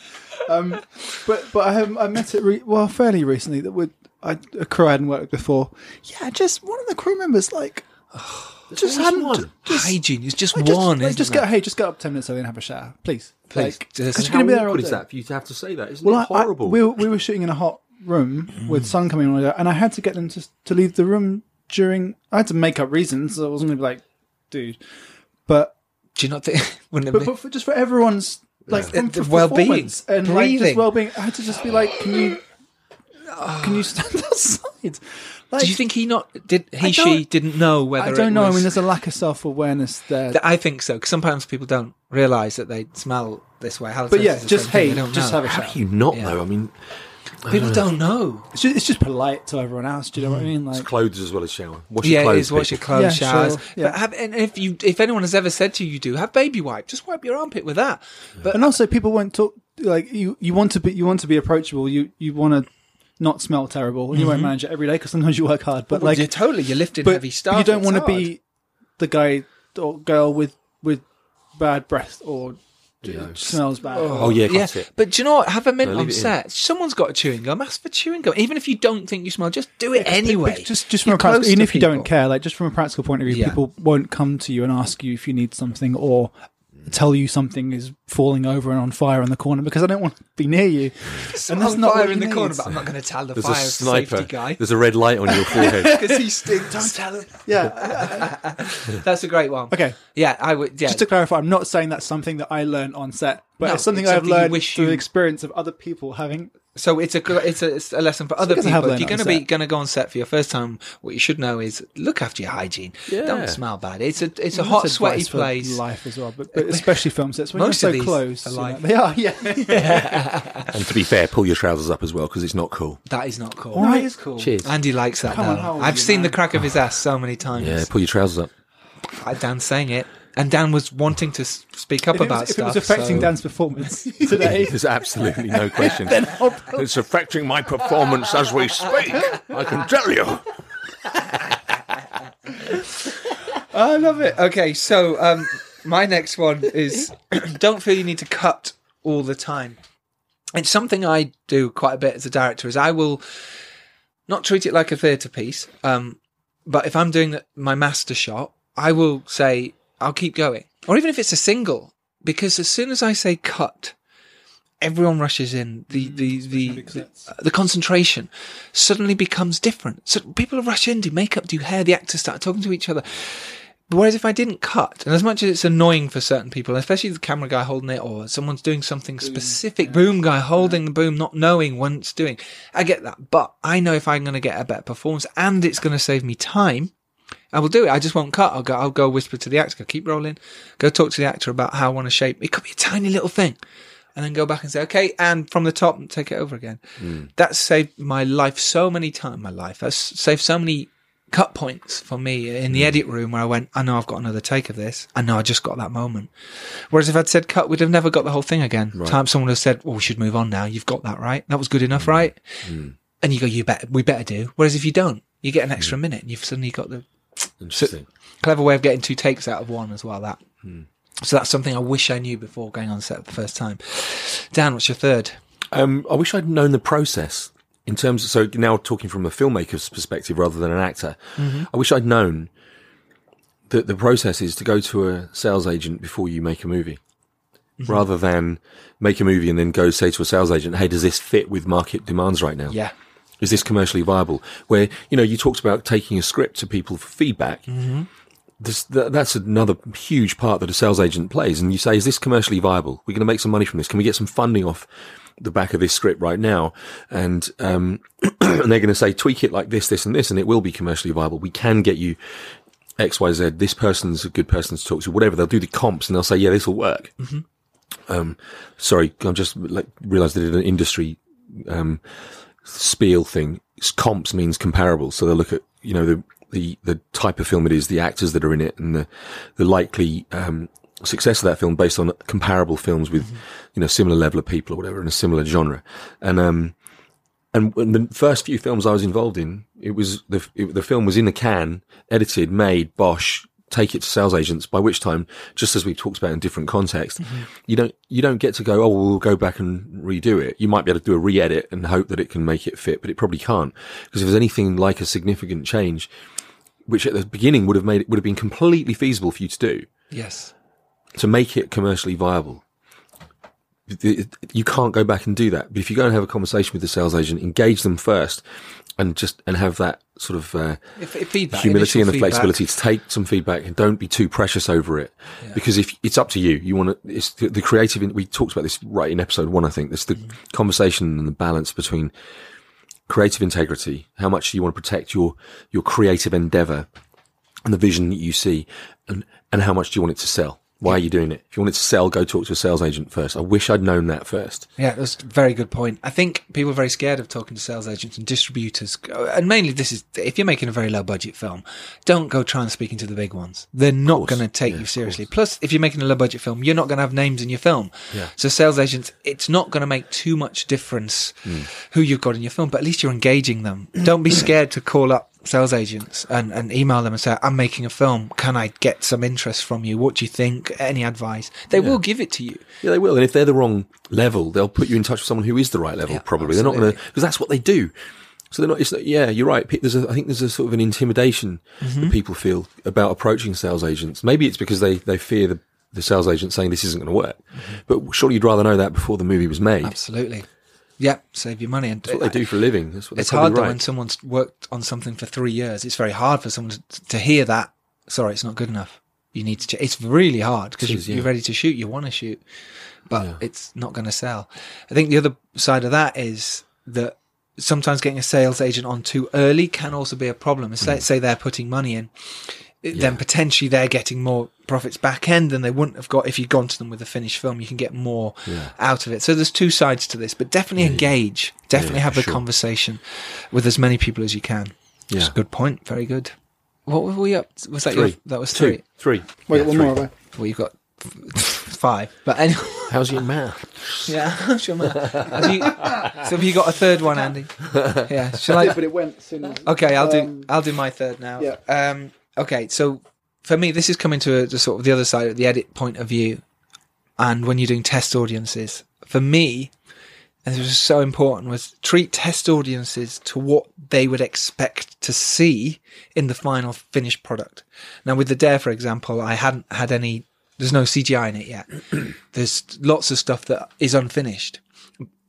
Speaker 3: Um, but but I, have, I met it re- well fairly recently that would I a crew I hadn't worked with before. Yeah, just one of the crew members like just
Speaker 4: always
Speaker 3: hadn't
Speaker 4: one.
Speaker 3: just-
Speaker 2: Hygiene is just
Speaker 3: like, just,
Speaker 2: one,
Speaker 3: like,
Speaker 2: isn't
Speaker 3: just
Speaker 2: it?
Speaker 3: get hey, just get up ten minutes early and have a shower, please.
Speaker 2: Please,
Speaker 3: Like,
Speaker 2: just-
Speaker 3: 'cause
Speaker 2: How
Speaker 3: you're gonna be there all
Speaker 4: awkward
Speaker 3: day.
Speaker 2: uh,
Speaker 4: is that for you to have to say that? Isn't
Speaker 3: Well,
Speaker 4: it
Speaker 3: I- I,
Speaker 4: horrible?
Speaker 3: we, were- we were shooting in a hot room
Speaker 2: Mm.
Speaker 3: with sun coming on, and I had to get them to to leave the room during. I had to make up reasons. I wasn't going to be like, dude, but
Speaker 2: Do you not think? Wouldn't it
Speaker 3: but,
Speaker 2: be?
Speaker 3: but for, just for everyone's like
Speaker 2: Yeah.
Speaker 3: um,
Speaker 2: The- the
Speaker 3: for
Speaker 2: well-being,
Speaker 3: performance and like
Speaker 2: breathing.
Speaker 3: just well-being, I had to just be like, can you can you stand outside? Like,
Speaker 2: Do you think he not did? He
Speaker 3: I
Speaker 2: she
Speaker 3: don't-
Speaker 2: didn't know whether.
Speaker 3: I don't
Speaker 2: it
Speaker 3: know. I
Speaker 2: was-
Speaker 3: mean, there's a lack of self-awareness there.
Speaker 2: Th- I think so. 'cause sometimes people don't realize that they smell this way. Halitosis
Speaker 3: but yeah,
Speaker 2: is the
Speaker 3: just
Speaker 2: same thing,
Speaker 3: hey,
Speaker 2: they don't
Speaker 3: just
Speaker 2: know.
Speaker 3: have a
Speaker 4: How
Speaker 3: shower.
Speaker 4: do you not though? I mean, uh,
Speaker 2: People don't know.
Speaker 3: It's just, it's just polite to everyone else. Do you know what I mean? Like,
Speaker 4: clothes as well as shower. Wash
Speaker 2: yeah,
Speaker 4: your clothes.
Speaker 2: it is. Wash your
Speaker 4: people.
Speaker 2: clothes,
Speaker 3: Yeah,
Speaker 2: showers.
Speaker 3: sure, yeah.
Speaker 2: But have, and if you, if anyone has ever said to you, you do have baby wipe. Just wipe your armpit with that. But
Speaker 3: and also people won't talk like you you want to be you want to be approachable you you want to not smell terrible and you won't manage it every day because sometimes you work hard but
Speaker 2: well,
Speaker 3: like
Speaker 2: Mm-hmm. you're totally you're lifting
Speaker 3: but
Speaker 2: heavy stuff.
Speaker 3: you don't
Speaker 2: it's
Speaker 3: want to
Speaker 2: hard.
Speaker 3: be the guy or girl with with bad breath or smells bad
Speaker 4: Oh yeah,
Speaker 2: Yeah,
Speaker 4: that's it.
Speaker 2: but do you know what? Have a mint
Speaker 4: No, leave
Speaker 2: on
Speaker 4: it in.
Speaker 2: set. Someone's got a chewing gum. Ask for chewing gum, even if you don't think you smell. Just do it anyway.
Speaker 3: just just from
Speaker 2: You're
Speaker 3: a practical,
Speaker 2: close
Speaker 3: even
Speaker 2: to
Speaker 3: if you don't
Speaker 2: people.
Speaker 3: care like just from a practical point of view
Speaker 2: Yeah.
Speaker 3: people won't come to you and ask you if you need something or tell you something is falling over and on fire in the corner because I don't want to be near
Speaker 2: And
Speaker 3: you that's
Speaker 2: on
Speaker 3: not
Speaker 2: fire
Speaker 3: what
Speaker 2: in
Speaker 3: you
Speaker 2: the corner,
Speaker 3: need.
Speaker 2: but I'm not going to tell the
Speaker 4: There's a
Speaker 2: fire
Speaker 4: sniper.
Speaker 2: safety guy
Speaker 4: There's a red light on your forehead.
Speaker 2: because he stinks. don't tell him.
Speaker 3: yeah
Speaker 2: That's a great one.
Speaker 3: Okay.
Speaker 2: Yeah, I would. Yeah,
Speaker 3: just to clarify, I'm not saying that's something that I learned on set, but
Speaker 2: No,
Speaker 3: it's something
Speaker 2: it's
Speaker 3: I've
Speaker 2: something you
Speaker 3: learned
Speaker 2: wish
Speaker 3: through
Speaker 2: you-
Speaker 3: the experience of other people having.
Speaker 2: So it's a gr- it's a, it's a lesson for other
Speaker 3: good to have
Speaker 2: people. If
Speaker 3: that
Speaker 2: you're going to be
Speaker 3: on set.
Speaker 2: going to go on set for your first time, what you should know is look after your hygiene. Don't smell bad. It's a it's a hot
Speaker 3: That's
Speaker 2: sweaty
Speaker 3: advice for
Speaker 2: place.
Speaker 3: life as well, but, but especially film sets when
Speaker 2: Most
Speaker 3: you're
Speaker 2: of
Speaker 3: so
Speaker 2: these
Speaker 3: close.
Speaker 2: are
Speaker 3: you know,
Speaker 2: life.
Speaker 3: they are, yeah.
Speaker 4: and to be fair, pull your trousers up as well because it's not cool.
Speaker 2: That is not cool.
Speaker 3: No, it is
Speaker 2: cool.
Speaker 4: Cheers.
Speaker 2: Andy likes that.
Speaker 3: Come on,
Speaker 2: now.
Speaker 3: how old
Speaker 2: I've
Speaker 3: you,
Speaker 2: seen
Speaker 3: man?
Speaker 2: the crack of his ass so many times.
Speaker 4: Yeah, pull your trousers up.
Speaker 2: I- Dan saying it, and Dan was wanting to s- speak up
Speaker 3: If it,
Speaker 2: about
Speaker 3: was, if it
Speaker 2: stuff.
Speaker 3: was affecting
Speaker 2: so-
Speaker 3: Dan's performance today,
Speaker 4: There's absolutely no question. it's affecting my performance as we speak. I can tell you.
Speaker 2: I love it. Okay, so um, my next one is don't feel you need to cut all the time. It's something I do quite a bit as a director. Is I will not treat it like a theatre piece, um, but if I'm doing my master shot, I will say I'll keep going, or even if it's a single, because as soon as I say cut, everyone rushes in. The the the the, the concentration suddenly becomes different. So people rush in, do makeup, do hair. The actors start talking to each other. Whereas if I didn't cut, and as much as it's annoying for certain people, especially the camera guy holding it or someone's doing something specific, boom guy holding the boom, not knowing when it's doing, I get that. But I know if I'm going to get a better performance and it's going to save me time, I will do it. I just won't cut. I'll go, I'll go whisper to the actor, go keep rolling, go talk to the actor about how I want to shape. It could be a tiny little thing. And then go back and say, okay, and from the top, take it over again. That saved my life so many times. My life. That's saved so many cut points for me in the edit room where I went, I know I've got another take of this. I know I just got that moment. Whereas if I'd said cut, we'd have never got the whole thing again. Time someone has said, well, we should move on now. You've got that right. That was good enough, right? And you go, you bet, we better do. Whereas if you don't, you get an extra minute and you've suddenly got the
Speaker 4: Interesting.
Speaker 2: clever way of getting two takes out of one as well. That. So that's something I wish I knew before going on set the first time. Dan, what's your third?
Speaker 4: Um, I wish I'd known the process in terms. Of, so now talking from a filmmaker's perspective rather than an actor, I wish I'd known the, the process is to go to a sales agent before you make a movie rather than make a movie and then go say to a sales agent, hey, does this fit with market demands right now?
Speaker 2: Yeah.
Speaker 4: Is this commercially viable? Where, you know, you talked about taking a script to people for feedback. This, th- that's another huge part that a sales agent plays. And you say, is this commercially viable? We're going to make some money from this. Can we get some funding off the back of this script right now? And, um, and they're going to say, tweak it like this, this and this, and it will be commercially viable. We can get you X, Y, Z. This person's a good person to talk to, whatever. They'll do the comps and they'll say, yeah, this will work. Um, sorry, I'm just like realized they did an industry, um, spiel thing. It's Comps means comparable. So they'll look at, you know, the, the, the type of film it is, the actors that are in it and the, the likely, um, success of that film based on comparable films with, you know, similar level of people or whatever in a similar genre. And, um, and when the first few films I was involved in, it was the it, the film was in the can, edited, made, bosh, take it to sales agents. By which time, just as we've talked about in different contexts, you don't you don't get to go, oh, well, we'll go back and redo it. You might be able to do a re-edit and hope that it can make it fit, but it probably can't because if there's anything like a significant change, which at the beginning would have made it would have been completely feasible for you to do
Speaker 2: Yes.
Speaker 4: to make it commercially viable, th- you can't go back and do that. But if you go and have a conversation with the sales agent, engage them first, and just and have that sort of uh,
Speaker 2: If, if feedback, initial
Speaker 4: humility and the
Speaker 2: feedback.
Speaker 4: flexibility to take some feedback and don't be too precious over it because if it's up to you you want to it's the, the creative in- we talked about this right in episode one i think there's the conversation and the balance between creative integrity how much you want to protect your your creative endeavor and the vision that you see and and how much do you want it to sell why are you doing it if you want it to sell go talk to a sales agent first i wish i'd known that first
Speaker 2: Yeah, that's a very good point. I think people are very scared of talking to sales agents and distributors. And mainly, this is if you're making a very low budget film, don't go trying to speaking to the big ones. They're not going to take you seriously. Plus, if you're making a low budget film, you're not going to have names in your film. So, sales agents, it's not going to make too much difference who you've got in your film, but at least you're engaging them. don't be scared to call up sales agents and, and email them and say, I'm making a film. Can I get some interest from you? What do you think? Any advice? They will give it to you.
Speaker 4: Yeah, they will. And if they're the wrong level, they'll put you in touch with someone who is the right level.
Speaker 2: Yeah,
Speaker 4: probably they're not going to
Speaker 2: absolutely.
Speaker 4: because that's what they do. So they're not. It's not yeah, you're right. Pe- There's a, I think there's a sort of an intimidation
Speaker 2: Mm-hmm.
Speaker 4: that people feel about approaching sales agents. Maybe it's because they they fear the the sales agent saying this isn't going to work.
Speaker 2: Mm-hmm.
Speaker 4: But surely you'd rather know that before the movie was made.
Speaker 2: Absolutely. Yeah, save your money. And
Speaker 4: That's what they do for a living. That's what
Speaker 2: It's
Speaker 4: they're probably
Speaker 2: hard though
Speaker 4: right.
Speaker 2: when someone's worked on something for three years. It's very hard for someone to, to hear that. Sorry, it's not good enough. You need to. Ch-. It's really hard because
Speaker 4: It
Speaker 2: you,
Speaker 4: is, yeah.
Speaker 2: you're ready to shoot. You want to shoot, but it's not going to sell. I think the other side of that is that sometimes getting a sales agent on too early can also be a problem. Say,
Speaker 4: Mm.
Speaker 2: say they're putting money in, it- then potentially they're getting more profits back end than they wouldn't have got if you'd gone to them with a finished film. You can get more out of it. So there's two sides to this, but definitely engage. Definitely have the
Speaker 4: sure.
Speaker 2: conversation with as many people as you can.
Speaker 4: Yeah.
Speaker 2: That's a good point. Very good. What were we up? To? Was that your?
Speaker 4: Three.
Speaker 2: That was
Speaker 4: Two,
Speaker 2: three.
Speaker 4: three.
Speaker 3: Wait,
Speaker 4: Yeah,
Speaker 3: one
Speaker 4: three.
Speaker 3: more. Have I?
Speaker 2: Well, you've got f- five. But anyway,
Speaker 4: How's your mouth?
Speaker 2: yeah. I'm sure my- have you, so have you got a third one, Andy? Yeah. Shall I?
Speaker 3: Yeah, but it went soon. as-
Speaker 2: Okay, I'll do
Speaker 3: Um,
Speaker 2: I'll do my third now.
Speaker 3: yeah.
Speaker 2: Um, okay, so for me, this is coming to a, the sort of the other side, the edit point of view, and when you're doing test audiences, for me, and this was so important, was treat test audiences to what they would expect to see in the final finished product. Now, with the Dare, for example, I hadn't had any. There's no CGI in it yet. there's lots of stuff that is unfinished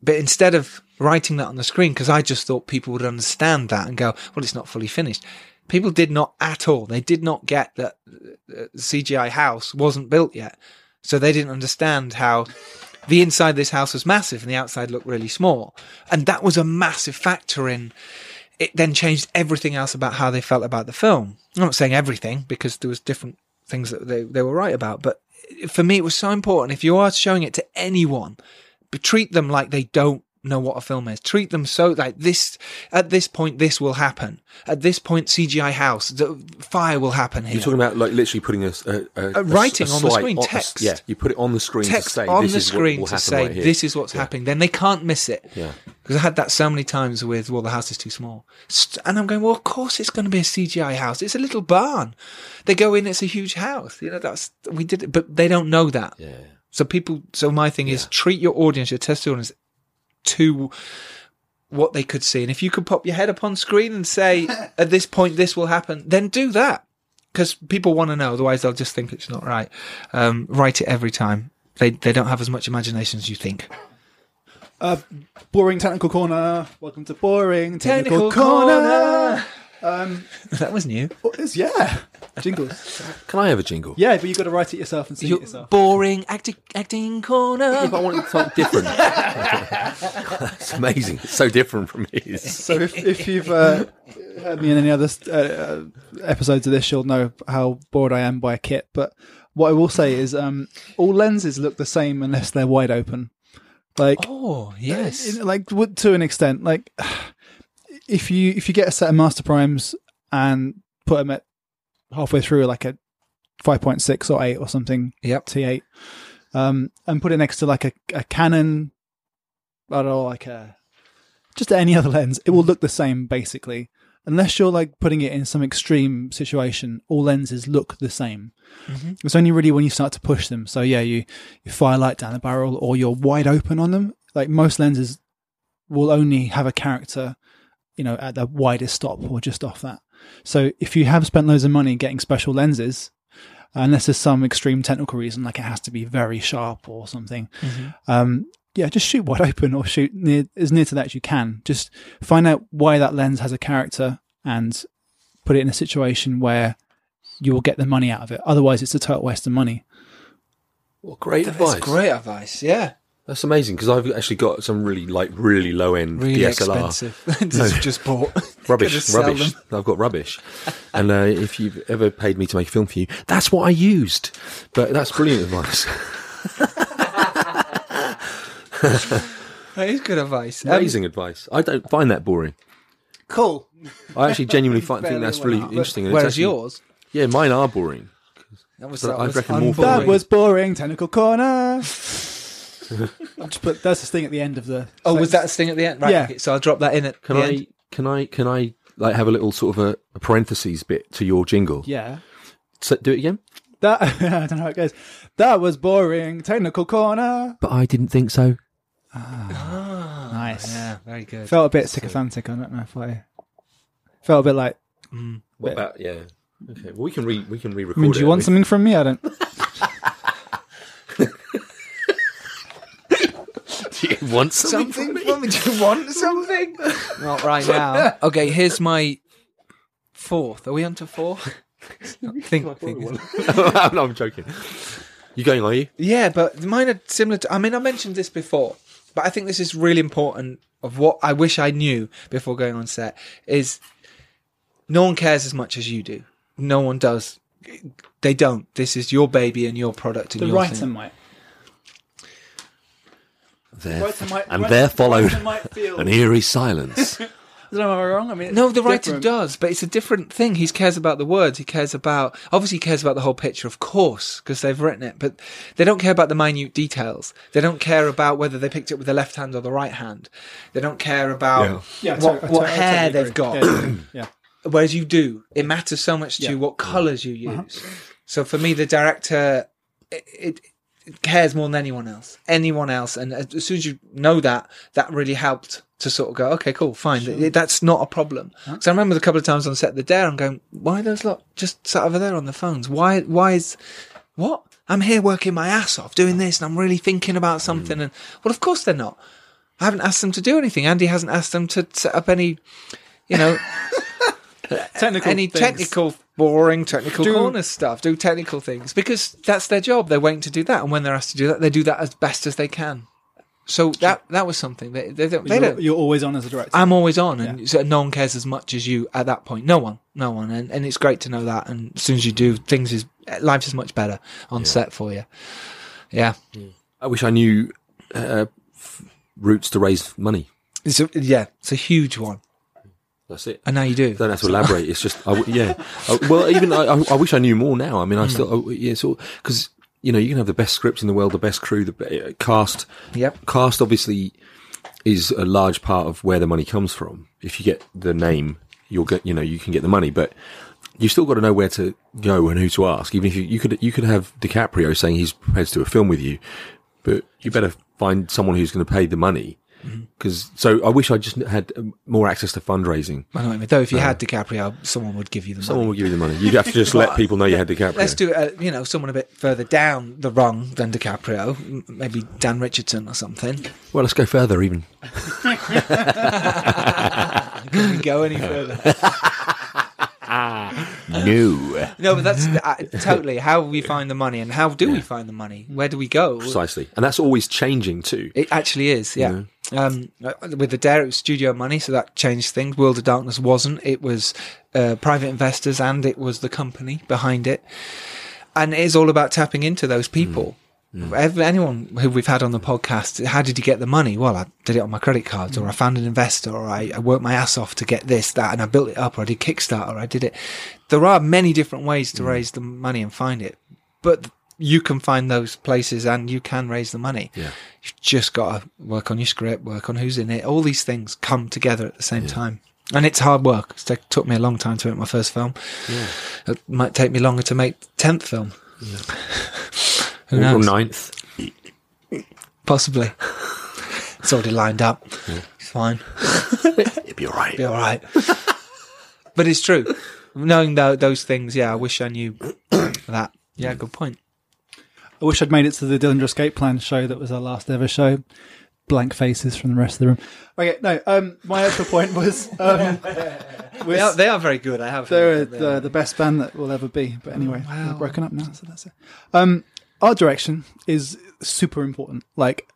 Speaker 2: but instead of writing that on the screen, because I just thought people would understand that and go, well, it's not fully finished. People did not at all. They did not get that uh, CGI house wasn't built yet. So they didn't understand how the inside of this house was massive and the outside looked really small. And that was a massive factor in it then changed everything else about how they felt about the film. I'm not saying everything because there was different things that they, they were right about, but for me it was so important. If you are showing it to anyone, but treat them like they don't know what a film is. Treat them so like this at this point this will happen. At this point CGI house, the fire will happen here.
Speaker 4: You're talking about like literally putting a, s- a- a- a s-
Speaker 2: Uh, writing on the
Speaker 4: slide
Speaker 2: screen,
Speaker 4: a s-
Speaker 2: text.
Speaker 4: yeah, you put it on the screen.
Speaker 2: text
Speaker 4: to say,
Speaker 2: on
Speaker 4: this
Speaker 2: the
Speaker 4: is what
Speaker 2: screen
Speaker 4: will
Speaker 2: to
Speaker 4: happen
Speaker 2: say
Speaker 4: right here.
Speaker 2: this is what's happening then they can't miss it
Speaker 4: Yeah.
Speaker 2: because i had that so many times with well the house is too small St- and i'm going well of course it's going to be a cgi house it's a little barn they go in it's a huge house you know that's we did it but they don't know that
Speaker 4: Yeah.
Speaker 2: so people so my thing is treat your audience your test audience to what they could see and if you could pop your head up on screen and say at this point this will happen then do that because people want to know, otherwise they'll just think it's not right. Um, write it every time. They they don't have as much imagination as you think.
Speaker 3: Boring technical corner. Welcome to boring technical,
Speaker 2: that was new.
Speaker 3: Oh, it's- yeah, jingles.
Speaker 4: Can I have a jingle?
Speaker 3: Yeah, but you got to write it yourself and sing
Speaker 2: Your
Speaker 3: it yourself.
Speaker 2: boring acting acting corner.
Speaker 4: I want it something different. That's amazing. It's so different from his.
Speaker 3: So if, if you've uh, heard me in any other uh, uh, episodes of this, you'll know how bored I am by kit. But what I will say is, um, all lenses look the same unless they're wide open. Like,
Speaker 2: Oh
Speaker 3: Uh, in-
Speaker 2: yes,
Speaker 3: like w- to an extent, like if you if you get a set of master primes and put them at halfway through, like a five point six or eight or something,
Speaker 2: yep.
Speaker 3: T eight, um, and put it next to like a, a Canon, I don't know, like a just any other lens, it will look the same basically. Unless you're like putting it in some extreme situation, all lenses look the same. It's only really when you start to push them. So yeah, you you fire light down the barrel, or you're wide open on them. Like most lenses, will only have a character, you know, at the widest stop or just off that. So if you have spent loads of money getting special lenses, unless there's some extreme technical reason, like it has to be very sharp or something.
Speaker 2: Mm-hmm.
Speaker 3: Um, yeah, just shoot wide open or shoot near as near to that as you can. Just find out why that lens has a character and put it in a situation where you will get the money out of it. Otherwise, it's a total waste of money.
Speaker 4: What great
Speaker 2: That's
Speaker 4: advice.
Speaker 2: great advice. Yeah,
Speaker 4: That's amazing because I've actually got some really like really low end
Speaker 2: really
Speaker 4: DSLR
Speaker 2: expensive. Just- just bought Gonna
Speaker 4: rubbish,
Speaker 2: sell
Speaker 4: rubbish.
Speaker 2: them.
Speaker 4: I've got rubbish, and uh, if you've ever paid me to make a film for you, that's what I used. But that's brilliant advice.
Speaker 2: Um, That is good advice. Um,
Speaker 4: Amazing advice. I don't find that boring.
Speaker 2: cool.
Speaker 4: I actually genuinely find, think that's really interesting. and it's
Speaker 2: Whereas
Speaker 4: actually-
Speaker 2: yours,
Speaker 4: Yeah, mine are boring.
Speaker 2: that was,
Speaker 4: But
Speaker 2: that
Speaker 4: I
Speaker 2: was
Speaker 4: reckon more
Speaker 2: unboring.
Speaker 3: That was boring. Technical corner. I'll just put that's the thing at the end of the.
Speaker 2: Oh, was that a sting at the end? Right.
Speaker 3: Yeah.
Speaker 2: okay, so I'll drop that in at
Speaker 4: Can
Speaker 2: the
Speaker 4: I?
Speaker 2: end.
Speaker 4: Can I? Can I? Like have a little sort of a, a parentheses bit to your jingle.
Speaker 3: Yeah.
Speaker 4: So, do it again.
Speaker 3: That I don't know how it goes. That was boring. Technical corner.
Speaker 4: But I didn't think so.
Speaker 3: Nice.
Speaker 2: Oh, Yeah, very good.
Speaker 3: Felt a bit sycophantic. I don't know if I felt a bit like.
Speaker 4: What about yeah? Okay. Well, we can re we can re-record.
Speaker 3: I mean, do you
Speaker 4: it.
Speaker 3: want
Speaker 4: We-
Speaker 3: something from me? I don't.
Speaker 4: Do you want something?
Speaker 2: something? Do you want something? Not right now. Okay, here's my fourth. Are we on to four? think, think.
Speaker 4: no, I'm joking. You going? Are you?
Speaker 2: Yeah, but mine are similar to. I mean, I mentioned this before, but I think this is really important of what I wish I knew before going on set is no one cares as much as you do. No one does. They don't. This is your baby and your product and
Speaker 3: The
Speaker 2: your
Speaker 3: writer
Speaker 2: thing.
Speaker 3: might.
Speaker 4: There,
Speaker 3: Writes a mi-
Speaker 4: and
Speaker 3: writes-
Speaker 4: there
Speaker 3: writes a
Speaker 4: followed
Speaker 3: might feel-
Speaker 4: an eerie silence.
Speaker 3: I don't know, am I wrong? I mean,
Speaker 2: No, the writer
Speaker 3: different.
Speaker 2: does, but it's a different thing. He cares about the words. He cares about obviously he cares about the whole picture, of course, because they've written it. But they don't care about the minute details. They don't care about whether they picked it with the left hand or the right hand. They don't care about
Speaker 3: Yeah, I
Speaker 2: what,
Speaker 3: to- I
Speaker 2: what
Speaker 3: to- I
Speaker 2: hair
Speaker 3: totally
Speaker 2: they've
Speaker 3: agree.
Speaker 2: got.
Speaker 3: Yeah, yeah, yeah.
Speaker 2: Whereas you do, it matters so much to
Speaker 3: Yeah.
Speaker 2: you what colours you use. So for me, the director, it, it, it cares more than anyone else. Anyone else, and as as soon as you know that, that really helped to sort of go, okay, cool, fine. Th- That's not a problem. So I remember a couple of times on set the day, I'm going, why are those lot just sat over there on the phones? Why? Why is what? I'm here working my ass off doing this, and I'm really thinking about something. And well, of course they're not. I haven't asked them to do anything. Andy hasn't asked them to set up any, you know,
Speaker 3: Technical
Speaker 2: any
Speaker 3: things.
Speaker 2: technical boring technical
Speaker 3: Do-
Speaker 2: corner stuff do technical things because that's their job they're waiting to do that and when they're asked to do that they do that as best as they can so that that was something they, they don't they
Speaker 3: You're,
Speaker 2: don't
Speaker 3: you're always on as a director.
Speaker 2: i'm always on and so no one cares as much as you at that point no one no one and, and it's great to know that and as soon as you do things is life is much better on set for you yeah
Speaker 4: I wish I knew uh, f- routes to raise money.
Speaker 2: it's a, yeah it's a huge one
Speaker 4: That's it.
Speaker 2: and now you do
Speaker 4: don't have to elaborate. It's just, I w yeah. I- well, even I, I, I wish I knew more now. I mean, I still, I, yeah, so because you know you can have the best script in the world, the best crew, the be- uh, cast.
Speaker 2: Yep.
Speaker 4: Cast obviously is a large part of where the money comes from. If you get the name, you'll get, you know, you can get the money, but you still got to know where to go and who to ask. Even if you, you could, you could have DiCaprio saying he's prepared to do a film with you, but you better find someone who's going to pay the money Because so I wish I just had um, more access to fundraising.
Speaker 2: I know what I mean. Though if
Speaker 3: Uh-huh.
Speaker 2: you had DiCaprio, someone would give you the money.
Speaker 4: Someone will give you the money. You'd have to just let people know you had DiCaprio.
Speaker 2: Let's do uh, you know someone a bit further down the rung than DiCaprio, M- maybe Dan Richardson or something.
Speaker 4: Well, let's go further even.
Speaker 2: Can we go any further?
Speaker 4: No.
Speaker 2: No, but that's uh, totally how we find the money and how do we find the money? Where do we go?
Speaker 4: Precisely. And that's always changing too.
Speaker 2: It actually is, yeah. Um, uh, with the Dare, it was studio money, so that changed things. World of Darkness wasn't. It was uh, private investors and it was the company behind it. And it is all about tapping into those people. Ev- anyone who we've had on the podcast, how did you get the money? Well, I did it on my credit cards, or I found an investor, or I, I worked my ass off to get this, that, and I built it up, or I did Kickstarter, or I did it. There are many different ways to raise the money and find it, but you can find those places and you can raise the money.
Speaker 4: Yeah.
Speaker 2: You've just got to work on your script, work on who's in it. All these things come together at the same time. And it's hard work. It's take- took me a long time to make my first film. It might take me longer to make 10th film. Who
Speaker 4: Or
Speaker 2: knows?
Speaker 4: ninth.
Speaker 2: Possibly. It's already lined up. It's fine.
Speaker 4: It'd be all right.
Speaker 2: Be all right. but it's true. Knowing tho- those things, yeah, I wish I knew that. Yeah, good point.
Speaker 3: I wish I'd made it to the Dillinger Escape Plan show that was our last ever show. Blank faces from the rest of the room. Okay, no. Um, my actual point was um,
Speaker 2: They are, they are very good. I have.
Speaker 3: they're
Speaker 2: heard that they
Speaker 3: the,
Speaker 2: are.
Speaker 3: the best band that will ever be. But anyway,
Speaker 2: Wow.
Speaker 3: they're broken up now, so that's it. Um, art direction is super important. Like,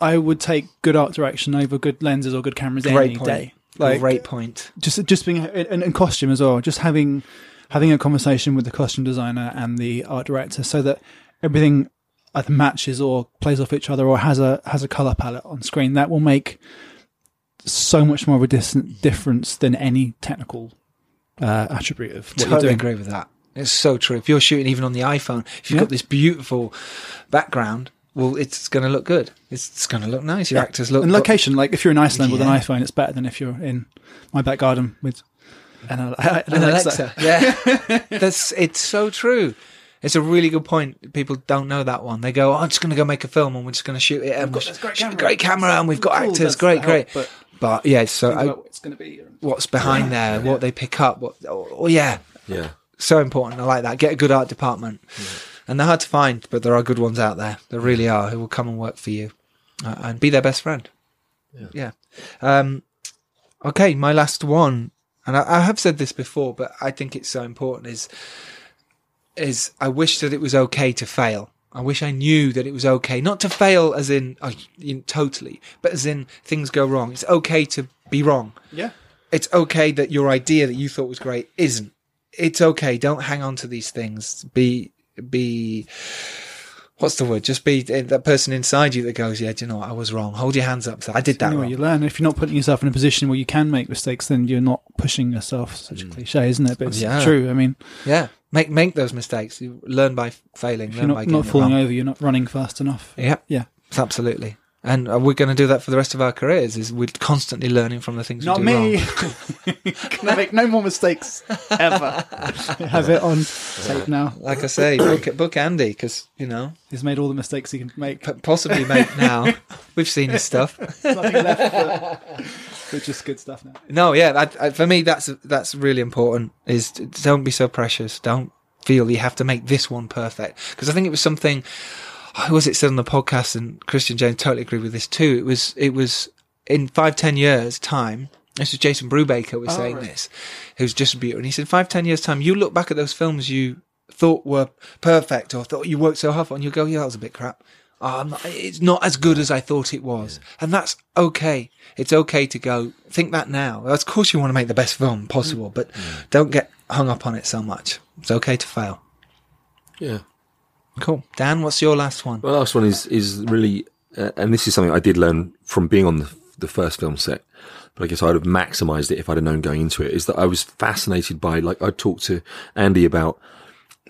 Speaker 3: I would take good art direction over good lenses or good cameras
Speaker 2: Great
Speaker 3: any
Speaker 2: point.
Speaker 3: day. uh, Like,
Speaker 2: Great point.
Speaker 3: just just being and, and costume as well. Just having having a conversation with the costume designer and the art director, so that everything either matches or plays off each other or has a has a color palette on screen. That will make so much more of a distant difference than any technical uh, attribute of what you're
Speaker 2: totally
Speaker 3: doing.
Speaker 2: agree with that. It's so true. If you're shooting even on the iPhone, if you've
Speaker 3: Yeah.
Speaker 2: got this beautiful background, well, it's going to look good. It's, going to look nice. Your actors look.
Speaker 3: And location, like if you're in Iceland with an
Speaker 2: Yeah.
Speaker 3: iPhone, it's better than if you're in my back garden with an, Al-
Speaker 2: and Alexa. Yeah, that's it's so true. It's a really good point. People don't know that one. They go, oh, "I'm just going to go make a film, and we're just going to shoot it. And we've got this great camera, great camera, and we've got
Speaker 3: Cool,
Speaker 2: actors.
Speaker 3: that's
Speaker 2: Great,
Speaker 3: the
Speaker 2: great."
Speaker 3: help,
Speaker 2: But,
Speaker 3: but-
Speaker 2: yeah, so I,
Speaker 3: It's going to be um,
Speaker 2: what's behind there? What they pick up? What? Oh, oh, yeah,
Speaker 4: Yeah.
Speaker 2: so important. I like that. Get a good art department, and they're hard to find, but there are good ones out there. There really are who will come and work for you uh, and be their best friend. Yeah. Um, okay, my last one, and I, I have said this before, but I think it's so important is is I wish that it was okay to fail. I wish I knew that it was okay not to fail, as in, uh, in totally, but as in things go wrong. It's okay to be wrong
Speaker 3: yeah.
Speaker 2: it's okay that your idea that you thought was great isn't. It's okay. Don't hang on to these things. Be be what's the word? Just be that person inside you that goes, yeah, do you know what? I was wrong. Hold your hands up. I did that
Speaker 3: anyway,
Speaker 2: wrong.
Speaker 3: you learn. If you're not putting yourself in a position where you can make mistakes, then you're not pushing yourself. Such a cliche, isn't it? But it's
Speaker 2: Mm. Yeah.
Speaker 3: true. I mean,
Speaker 2: Yeah, make make those mistakes. You learn by failing.
Speaker 3: if
Speaker 2: learn
Speaker 3: you're
Speaker 2: by
Speaker 3: not,
Speaker 2: getting
Speaker 3: not
Speaker 2: it
Speaker 3: falling
Speaker 2: wrong.
Speaker 3: over, you're not running fast enough.
Speaker 2: Yeah,
Speaker 3: Yeah.
Speaker 2: absolutely. And uh, we're going to do that for the rest of our careers. Is we're constantly learning from the things we do wrong.
Speaker 3: Can I make no more mistakes ever? Have it on tape now.
Speaker 2: Like I say, book, book Andy because you know
Speaker 3: He's made all the mistakes he can make.
Speaker 2: p- possibly make now. We've seen his stuff.
Speaker 3: Nothing left. But, but just good stuff now.
Speaker 2: No, yeah, that, uh, for me that's that's really important. Is t- don't be so precious. Don't feel you have to make this one perfect because I think it was something. Who was it said on the podcast? And Christian James totally agreed with this too. It was it was in five ten years time. This is Jason Brubaker was saying this, who's distributor, and he said five ten years time you look back at those films you thought were perfect or thought you worked so hard on, you go, yeah, that was a bit crap. Oh, I'm not- it's not as good as I thought it was. And that's okay. It's okay to go, think that now. Of course, you want to make the best film possible, but don't get hung up on it so much. It's okay to fail.
Speaker 4: Yeah.
Speaker 2: Cool. Dan, what's your last one?
Speaker 4: My last one is is really, uh, and this is something I did learn from being on the, the first film set, but I guess I'd have maximized it if I'd have known going into it. Is that I was fascinated by like I talked to Andy about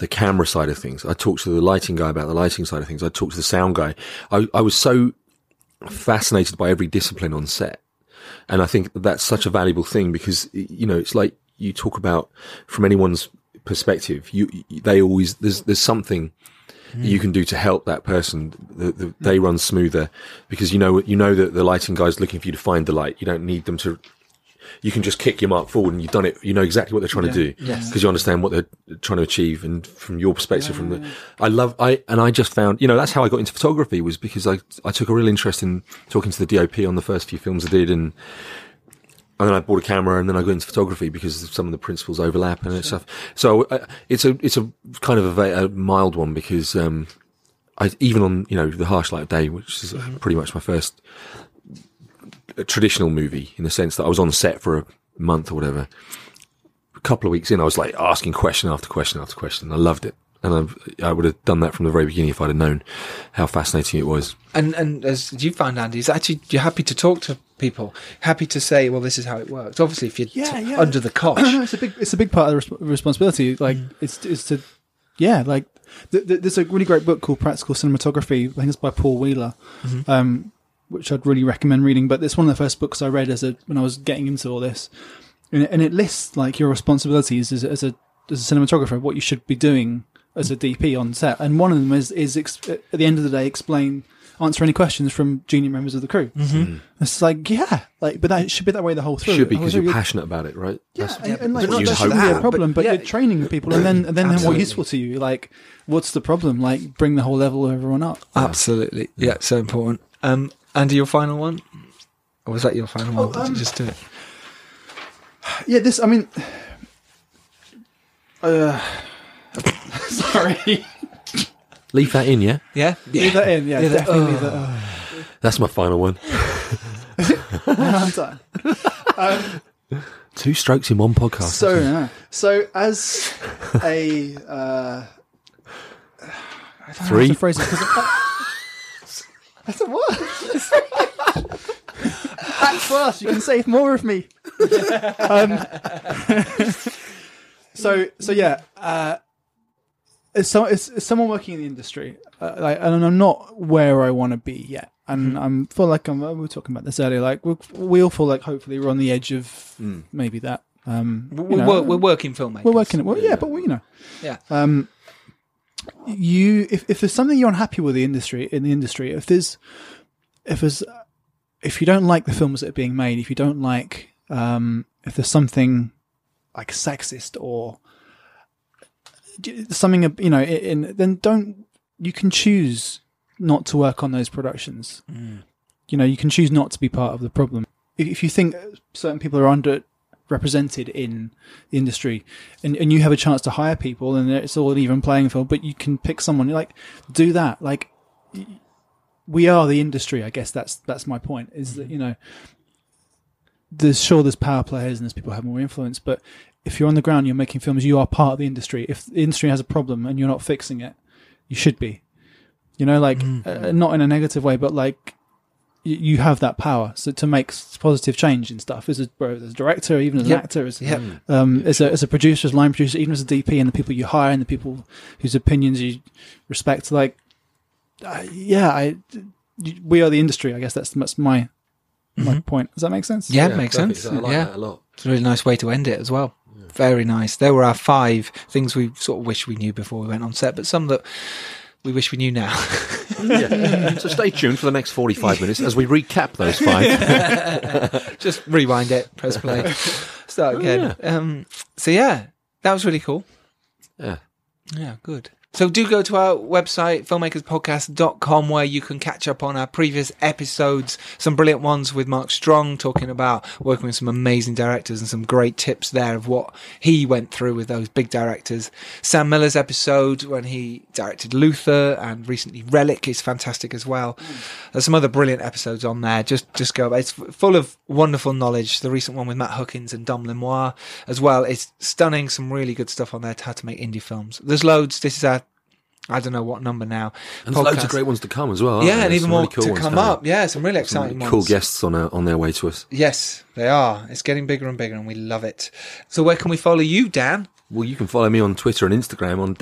Speaker 4: the camera side of things. I talked to the lighting guy about the lighting side of things. I talked to the sound guy. I, I was so fascinated by every discipline on set. And I think that that's such a valuable thing because, you know, it's like you talk about from anyone's perspective, you, you- they always, there's, there's something you can do to help that person, the, the, they run smoother because you know you know that the lighting guy's looking for you to find the light. You don't need them to. You can just kick your mark forward, and you've done it. You know exactly what they're trying to do because you understand what they're trying to achieve, and from your perspective, from the, I love I and I just found you know that's how I got into photography was because I I took a real interest in talking to the DOP on the first few films I did, and and then I bought a camera, and then I got into photography because some of the principles overlap and stuff. So uh, it's a it's a kind of a, va- a mild one because um, I even on you know the harsh light of day, which is uh,
Speaker 3: Mm-hmm.
Speaker 4: pretty much my first uh, traditional movie in the sense that I was on set for a month or whatever. A couple of weeks in, I was like asking question after question after question. I loved it, and I I would have done that from the very beginning if I'd have known how fascinating it was.
Speaker 2: And and as you find, Andy, is actually you're happy to talk to people, happy to say, well, this is how it works. Obviously, if you're t-
Speaker 3: Yeah, yeah.
Speaker 2: under the
Speaker 3: No,
Speaker 2: cosh,
Speaker 3: it's a big it's a big part of the res- responsibility. Like it's it's to yeah, like th- th- there's a really great book called Practical Cinematography. I think it's by Paul Wheeler,
Speaker 2: Mm-hmm.
Speaker 3: um, which I'd really recommend reading. But it's one of the first books I read as a when I was getting into all this, and it, and it lists like your responsibilities as, a- as a as a cinematographer, what you should be doing as a DP on set, and one of them is is ex- at the end of the day explain answer any questions from junior members of the crew.
Speaker 2: Mm-hmm.
Speaker 3: It's like yeah, like but that it should be that way the whole through.
Speaker 4: Should be
Speaker 3: The whole
Speaker 4: because
Speaker 3: through,
Speaker 4: you're
Speaker 3: you-
Speaker 4: passionate about it, right?
Speaker 3: yeah,
Speaker 4: That's-
Speaker 3: and, and like
Speaker 4: what
Speaker 3: not
Speaker 4: you
Speaker 3: that should
Speaker 4: hope
Speaker 3: be a
Speaker 4: for.
Speaker 3: problem,
Speaker 2: But
Speaker 3: but, you're
Speaker 2: yeah.
Speaker 3: training people, and then and then they're more
Speaker 2: Absolutely.
Speaker 3: useful to you. Like, what's the problem? Like, bring the whole level of everyone up.
Speaker 2: absolutely, yeah, so important. Um, Andy, your final one, or was that your final one? Did you just do it?
Speaker 3: Yeah, this. I mean, uh, sorry.
Speaker 4: Leave that in, yeah.
Speaker 2: Yeah,
Speaker 3: Leave that uh, in. Yeah,
Speaker 2: Yeah, that-
Speaker 3: definitely. leave
Speaker 4: That's my final one.
Speaker 3: that- uh,
Speaker 4: Two strokes in one podcast.
Speaker 3: so, yeah. so as a uh,
Speaker 4: Three.
Speaker 3: That's a phrase. 'cause it- That's a what? At first, you can save more of me. um, so, so yeah. Uh, as, so, as, as someone working in the industry, uh, like, and I'm not where I want to be yet, and I'm feel like I'm. We were talking about this earlier. Like we, we all feel like hopefully we're on the edge of maybe that. Um,
Speaker 2: we're,
Speaker 3: you know,
Speaker 2: we're, we're working filmmakers.
Speaker 3: we're working it. Well, yeah, but we, you know,
Speaker 2: Yeah.
Speaker 3: um, you if, if there's something you're unhappy with the industry in the industry, if there's if there's if you don't like the films that are being made, if you don't like um, if there's something like sexist or d- something you know, in, in then don't you can choose not to work on those productions. You know, you can choose not to be part of the problem. If, if you think certain people are underrepresented in the industry, and, and you have a chance to hire people, and it's all an even playing field, but you can pick someone. You're like, do that. Like, y- we are the industry. I guess that's that's my point. Is that you know, there's sure there's power players and there's people who have more influence, but if you're on the ground, you're making films, you are part of the industry. If the industry has a problem and you're not fixing it, you should be. You know, like
Speaker 2: Mm.
Speaker 3: uh, not in a negative way, but like y- you have that power so to make s- positive change in stuff as a, whether as a director even as
Speaker 2: Yep.
Speaker 3: an actor as,
Speaker 2: Yep. Mm.
Speaker 3: um, as, a, as a producer as a line producer even as a dp and the people you hire and the people whose opinions you respect like uh, yeah i y- we are the industry i guess that's, that's my my point does that make sense
Speaker 2: Mm-hmm. Yeah, makes sense.
Speaker 4: I like
Speaker 2: yeah,
Speaker 4: that a lot.
Speaker 2: It's a really nice way to end it as well. Very nice. There were our five things we sort of wish we knew before we went on set, but some that we wish we knew now.
Speaker 4: so stay tuned for the next 45 minutes as we recap those five.
Speaker 2: Just rewind it, press play, start again. Um, so yeah, that was really cool.
Speaker 4: yeah.
Speaker 2: Yeah, good. So do go to our website, filmmakerspodcast.com, where you can catch up on our previous episodes, some brilliant ones with Mark Strong talking about working with some amazing directors and some great tips there of what he went through with those big directors. Sam Miller's episode when he directed Luther and recently Relic is fantastic as well. There's some other brilliant episodes on there. Just just go. It's f- full of wonderful knowledge. The recent one with Matt Hookins and Dom Lemoir as well. It's stunning. Some really good stuff on there to how to make indie films. There's loads. This is our I don't know what number now.
Speaker 4: And there's loads
Speaker 2: podcast.
Speaker 4: of great ones to come as well. aren't
Speaker 2: Yeah,
Speaker 4: there?
Speaker 2: and
Speaker 4: There's
Speaker 2: even
Speaker 4: some
Speaker 2: more
Speaker 4: really cool
Speaker 2: to
Speaker 4: ones
Speaker 2: come
Speaker 4: coming.
Speaker 2: up. Yeah, some really
Speaker 4: Some
Speaker 2: exciting
Speaker 4: really cool
Speaker 2: ones.
Speaker 4: guests on, uh, on their way to us.
Speaker 2: Yes, they are. It's getting bigger and bigger, and we love it. So, where can we follow you, Dan?
Speaker 4: Well, you can follow me on Twitter and Instagram on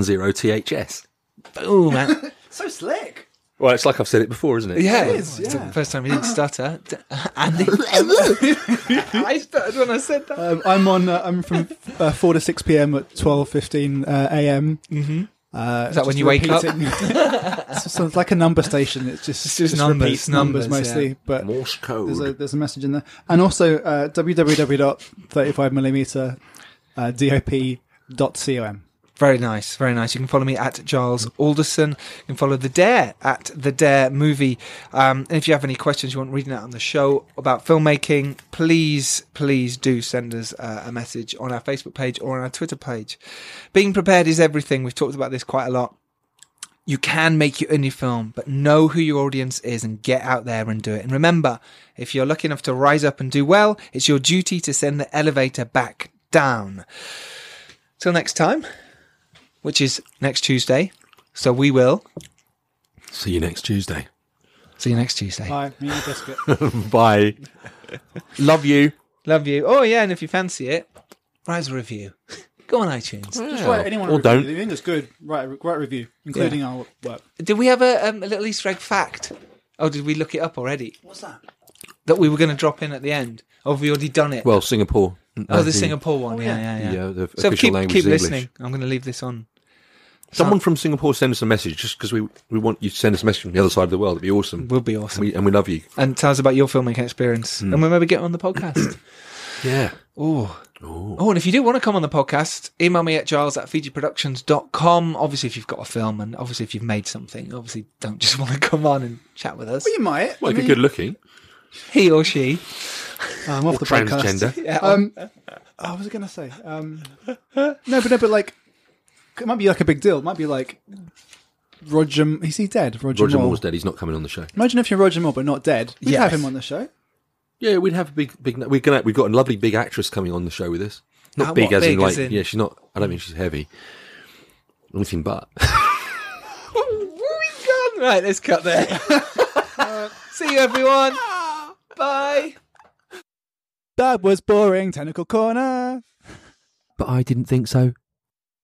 Speaker 4: Dan710THS.
Speaker 2: Boom, man.
Speaker 3: so slick
Speaker 4: Well, it's like I've said it before, isn't it?
Speaker 2: Yeah.
Speaker 3: is,
Speaker 2: It's
Speaker 3: yeah.
Speaker 2: the first time you didn't stutter. D- Andy. I stuttered when I said that.
Speaker 3: Um, I'm on. Uh, I'm from uh, four to six p.m. at twelve fifteen uh, a.m. Mm-hmm. Uh,
Speaker 2: that when you wake up?
Speaker 3: it's, so it's like a number station. It's just,
Speaker 2: It's just numbers,
Speaker 3: repeats numbers,
Speaker 2: numbers,
Speaker 3: mostly.
Speaker 2: yeah.
Speaker 3: But
Speaker 4: Morse
Speaker 3: there's a
Speaker 4: code.
Speaker 3: there's a message in there, and also uh, www.35mm uh, dop.com.
Speaker 2: Very nice, very nice. You can follow me at Giles Alderson. You can follow The Dare at The Dare Movie. Um, and if you have any questions you want reading out on the show about filmmaking, please, please do send us uh, a message on our Facebook page or on our Twitter page. Being prepared is everything. We've talked about this quite a lot. You can make your indie film, but know who your audience is and get out there and do it. And remember, if you're lucky enough to rise up and do well, it's your duty to send the elevator back down. Till next time which is next Tuesday. So we will
Speaker 4: See you next Tuesday.
Speaker 2: see you next Tuesday.
Speaker 3: Hi, me and a biscuit.
Speaker 4: Bye. Love you.
Speaker 2: Love you. Oh yeah, and if you fancy it, write us a review. Go on iTunes.
Speaker 3: Just write anyone a
Speaker 4: Or
Speaker 3: review.
Speaker 4: don't.
Speaker 3: If you think it's good, write a, write a review, including our work.
Speaker 2: Did we have a, um, a little Easter egg fact? Oh, did we look it up already?
Speaker 3: What's that?
Speaker 2: That we were going to drop in at the end, or have we already done it?
Speaker 4: Well, Singapore.
Speaker 2: oh, the
Speaker 4: Uh,
Speaker 2: Singapore one. yeah, yeah, yeah.
Speaker 4: yeah, the
Speaker 2: so
Speaker 4: official
Speaker 2: keep
Speaker 4: language
Speaker 2: keep
Speaker 4: is English.
Speaker 2: listening. I'm going to leave this on.
Speaker 4: Someone from Singapore send us a message just because we, we want you to send us a message from the other side of the world. It'd be awesome.
Speaker 2: Will be awesome.
Speaker 4: We, Hmm. and we love you.
Speaker 2: and tell us about your filmmaking experience, and we'll maybe get on the podcast.
Speaker 4: Yeah.
Speaker 2: Oh. Oh, and if you do want to come on the podcast, email me at giles at fijiproductions.com. Obviously, if you've got a film and obviously if you've made something, obviously don't just want to come on and chat with us.
Speaker 3: You might. I
Speaker 4: Well, if you're
Speaker 3: mean,
Speaker 4: good looking,
Speaker 2: He or she.
Speaker 3: Uh, I'm off the podcast.
Speaker 4: transgender.
Speaker 2: Yeah,
Speaker 3: Um, I was I gonna say, um, no, but no, but like, it might be like a big deal. It might be like Roger. Is he dead? Roger,
Speaker 4: Roger
Speaker 3: Moore.
Speaker 4: Moore's dead. He's not coming on the show.
Speaker 3: Imagine if you're Roger Moore, but not dead. We'd
Speaker 2: Yes.
Speaker 3: have him on the show.
Speaker 4: Yeah, we'd have a big, big. We're gonna. We've got a lovely big actress coming on the show with us. Not
Speaker 2: Ah,
Speaker 4: big
Speaker 2: what
Speaker 4: as in
Speaker 2: big
Speaker 4: like.
Speaker 2: as in-
Speaker 4: Yeah, she's not. I don't mean she's heavy. Anything but.
Speaker 2: oh, we gone. Right, let's cut there. See you, everyone. Bye.
Speaker 3: That was boring. Tentacle corner.
Speaker 4: but I didn't think so.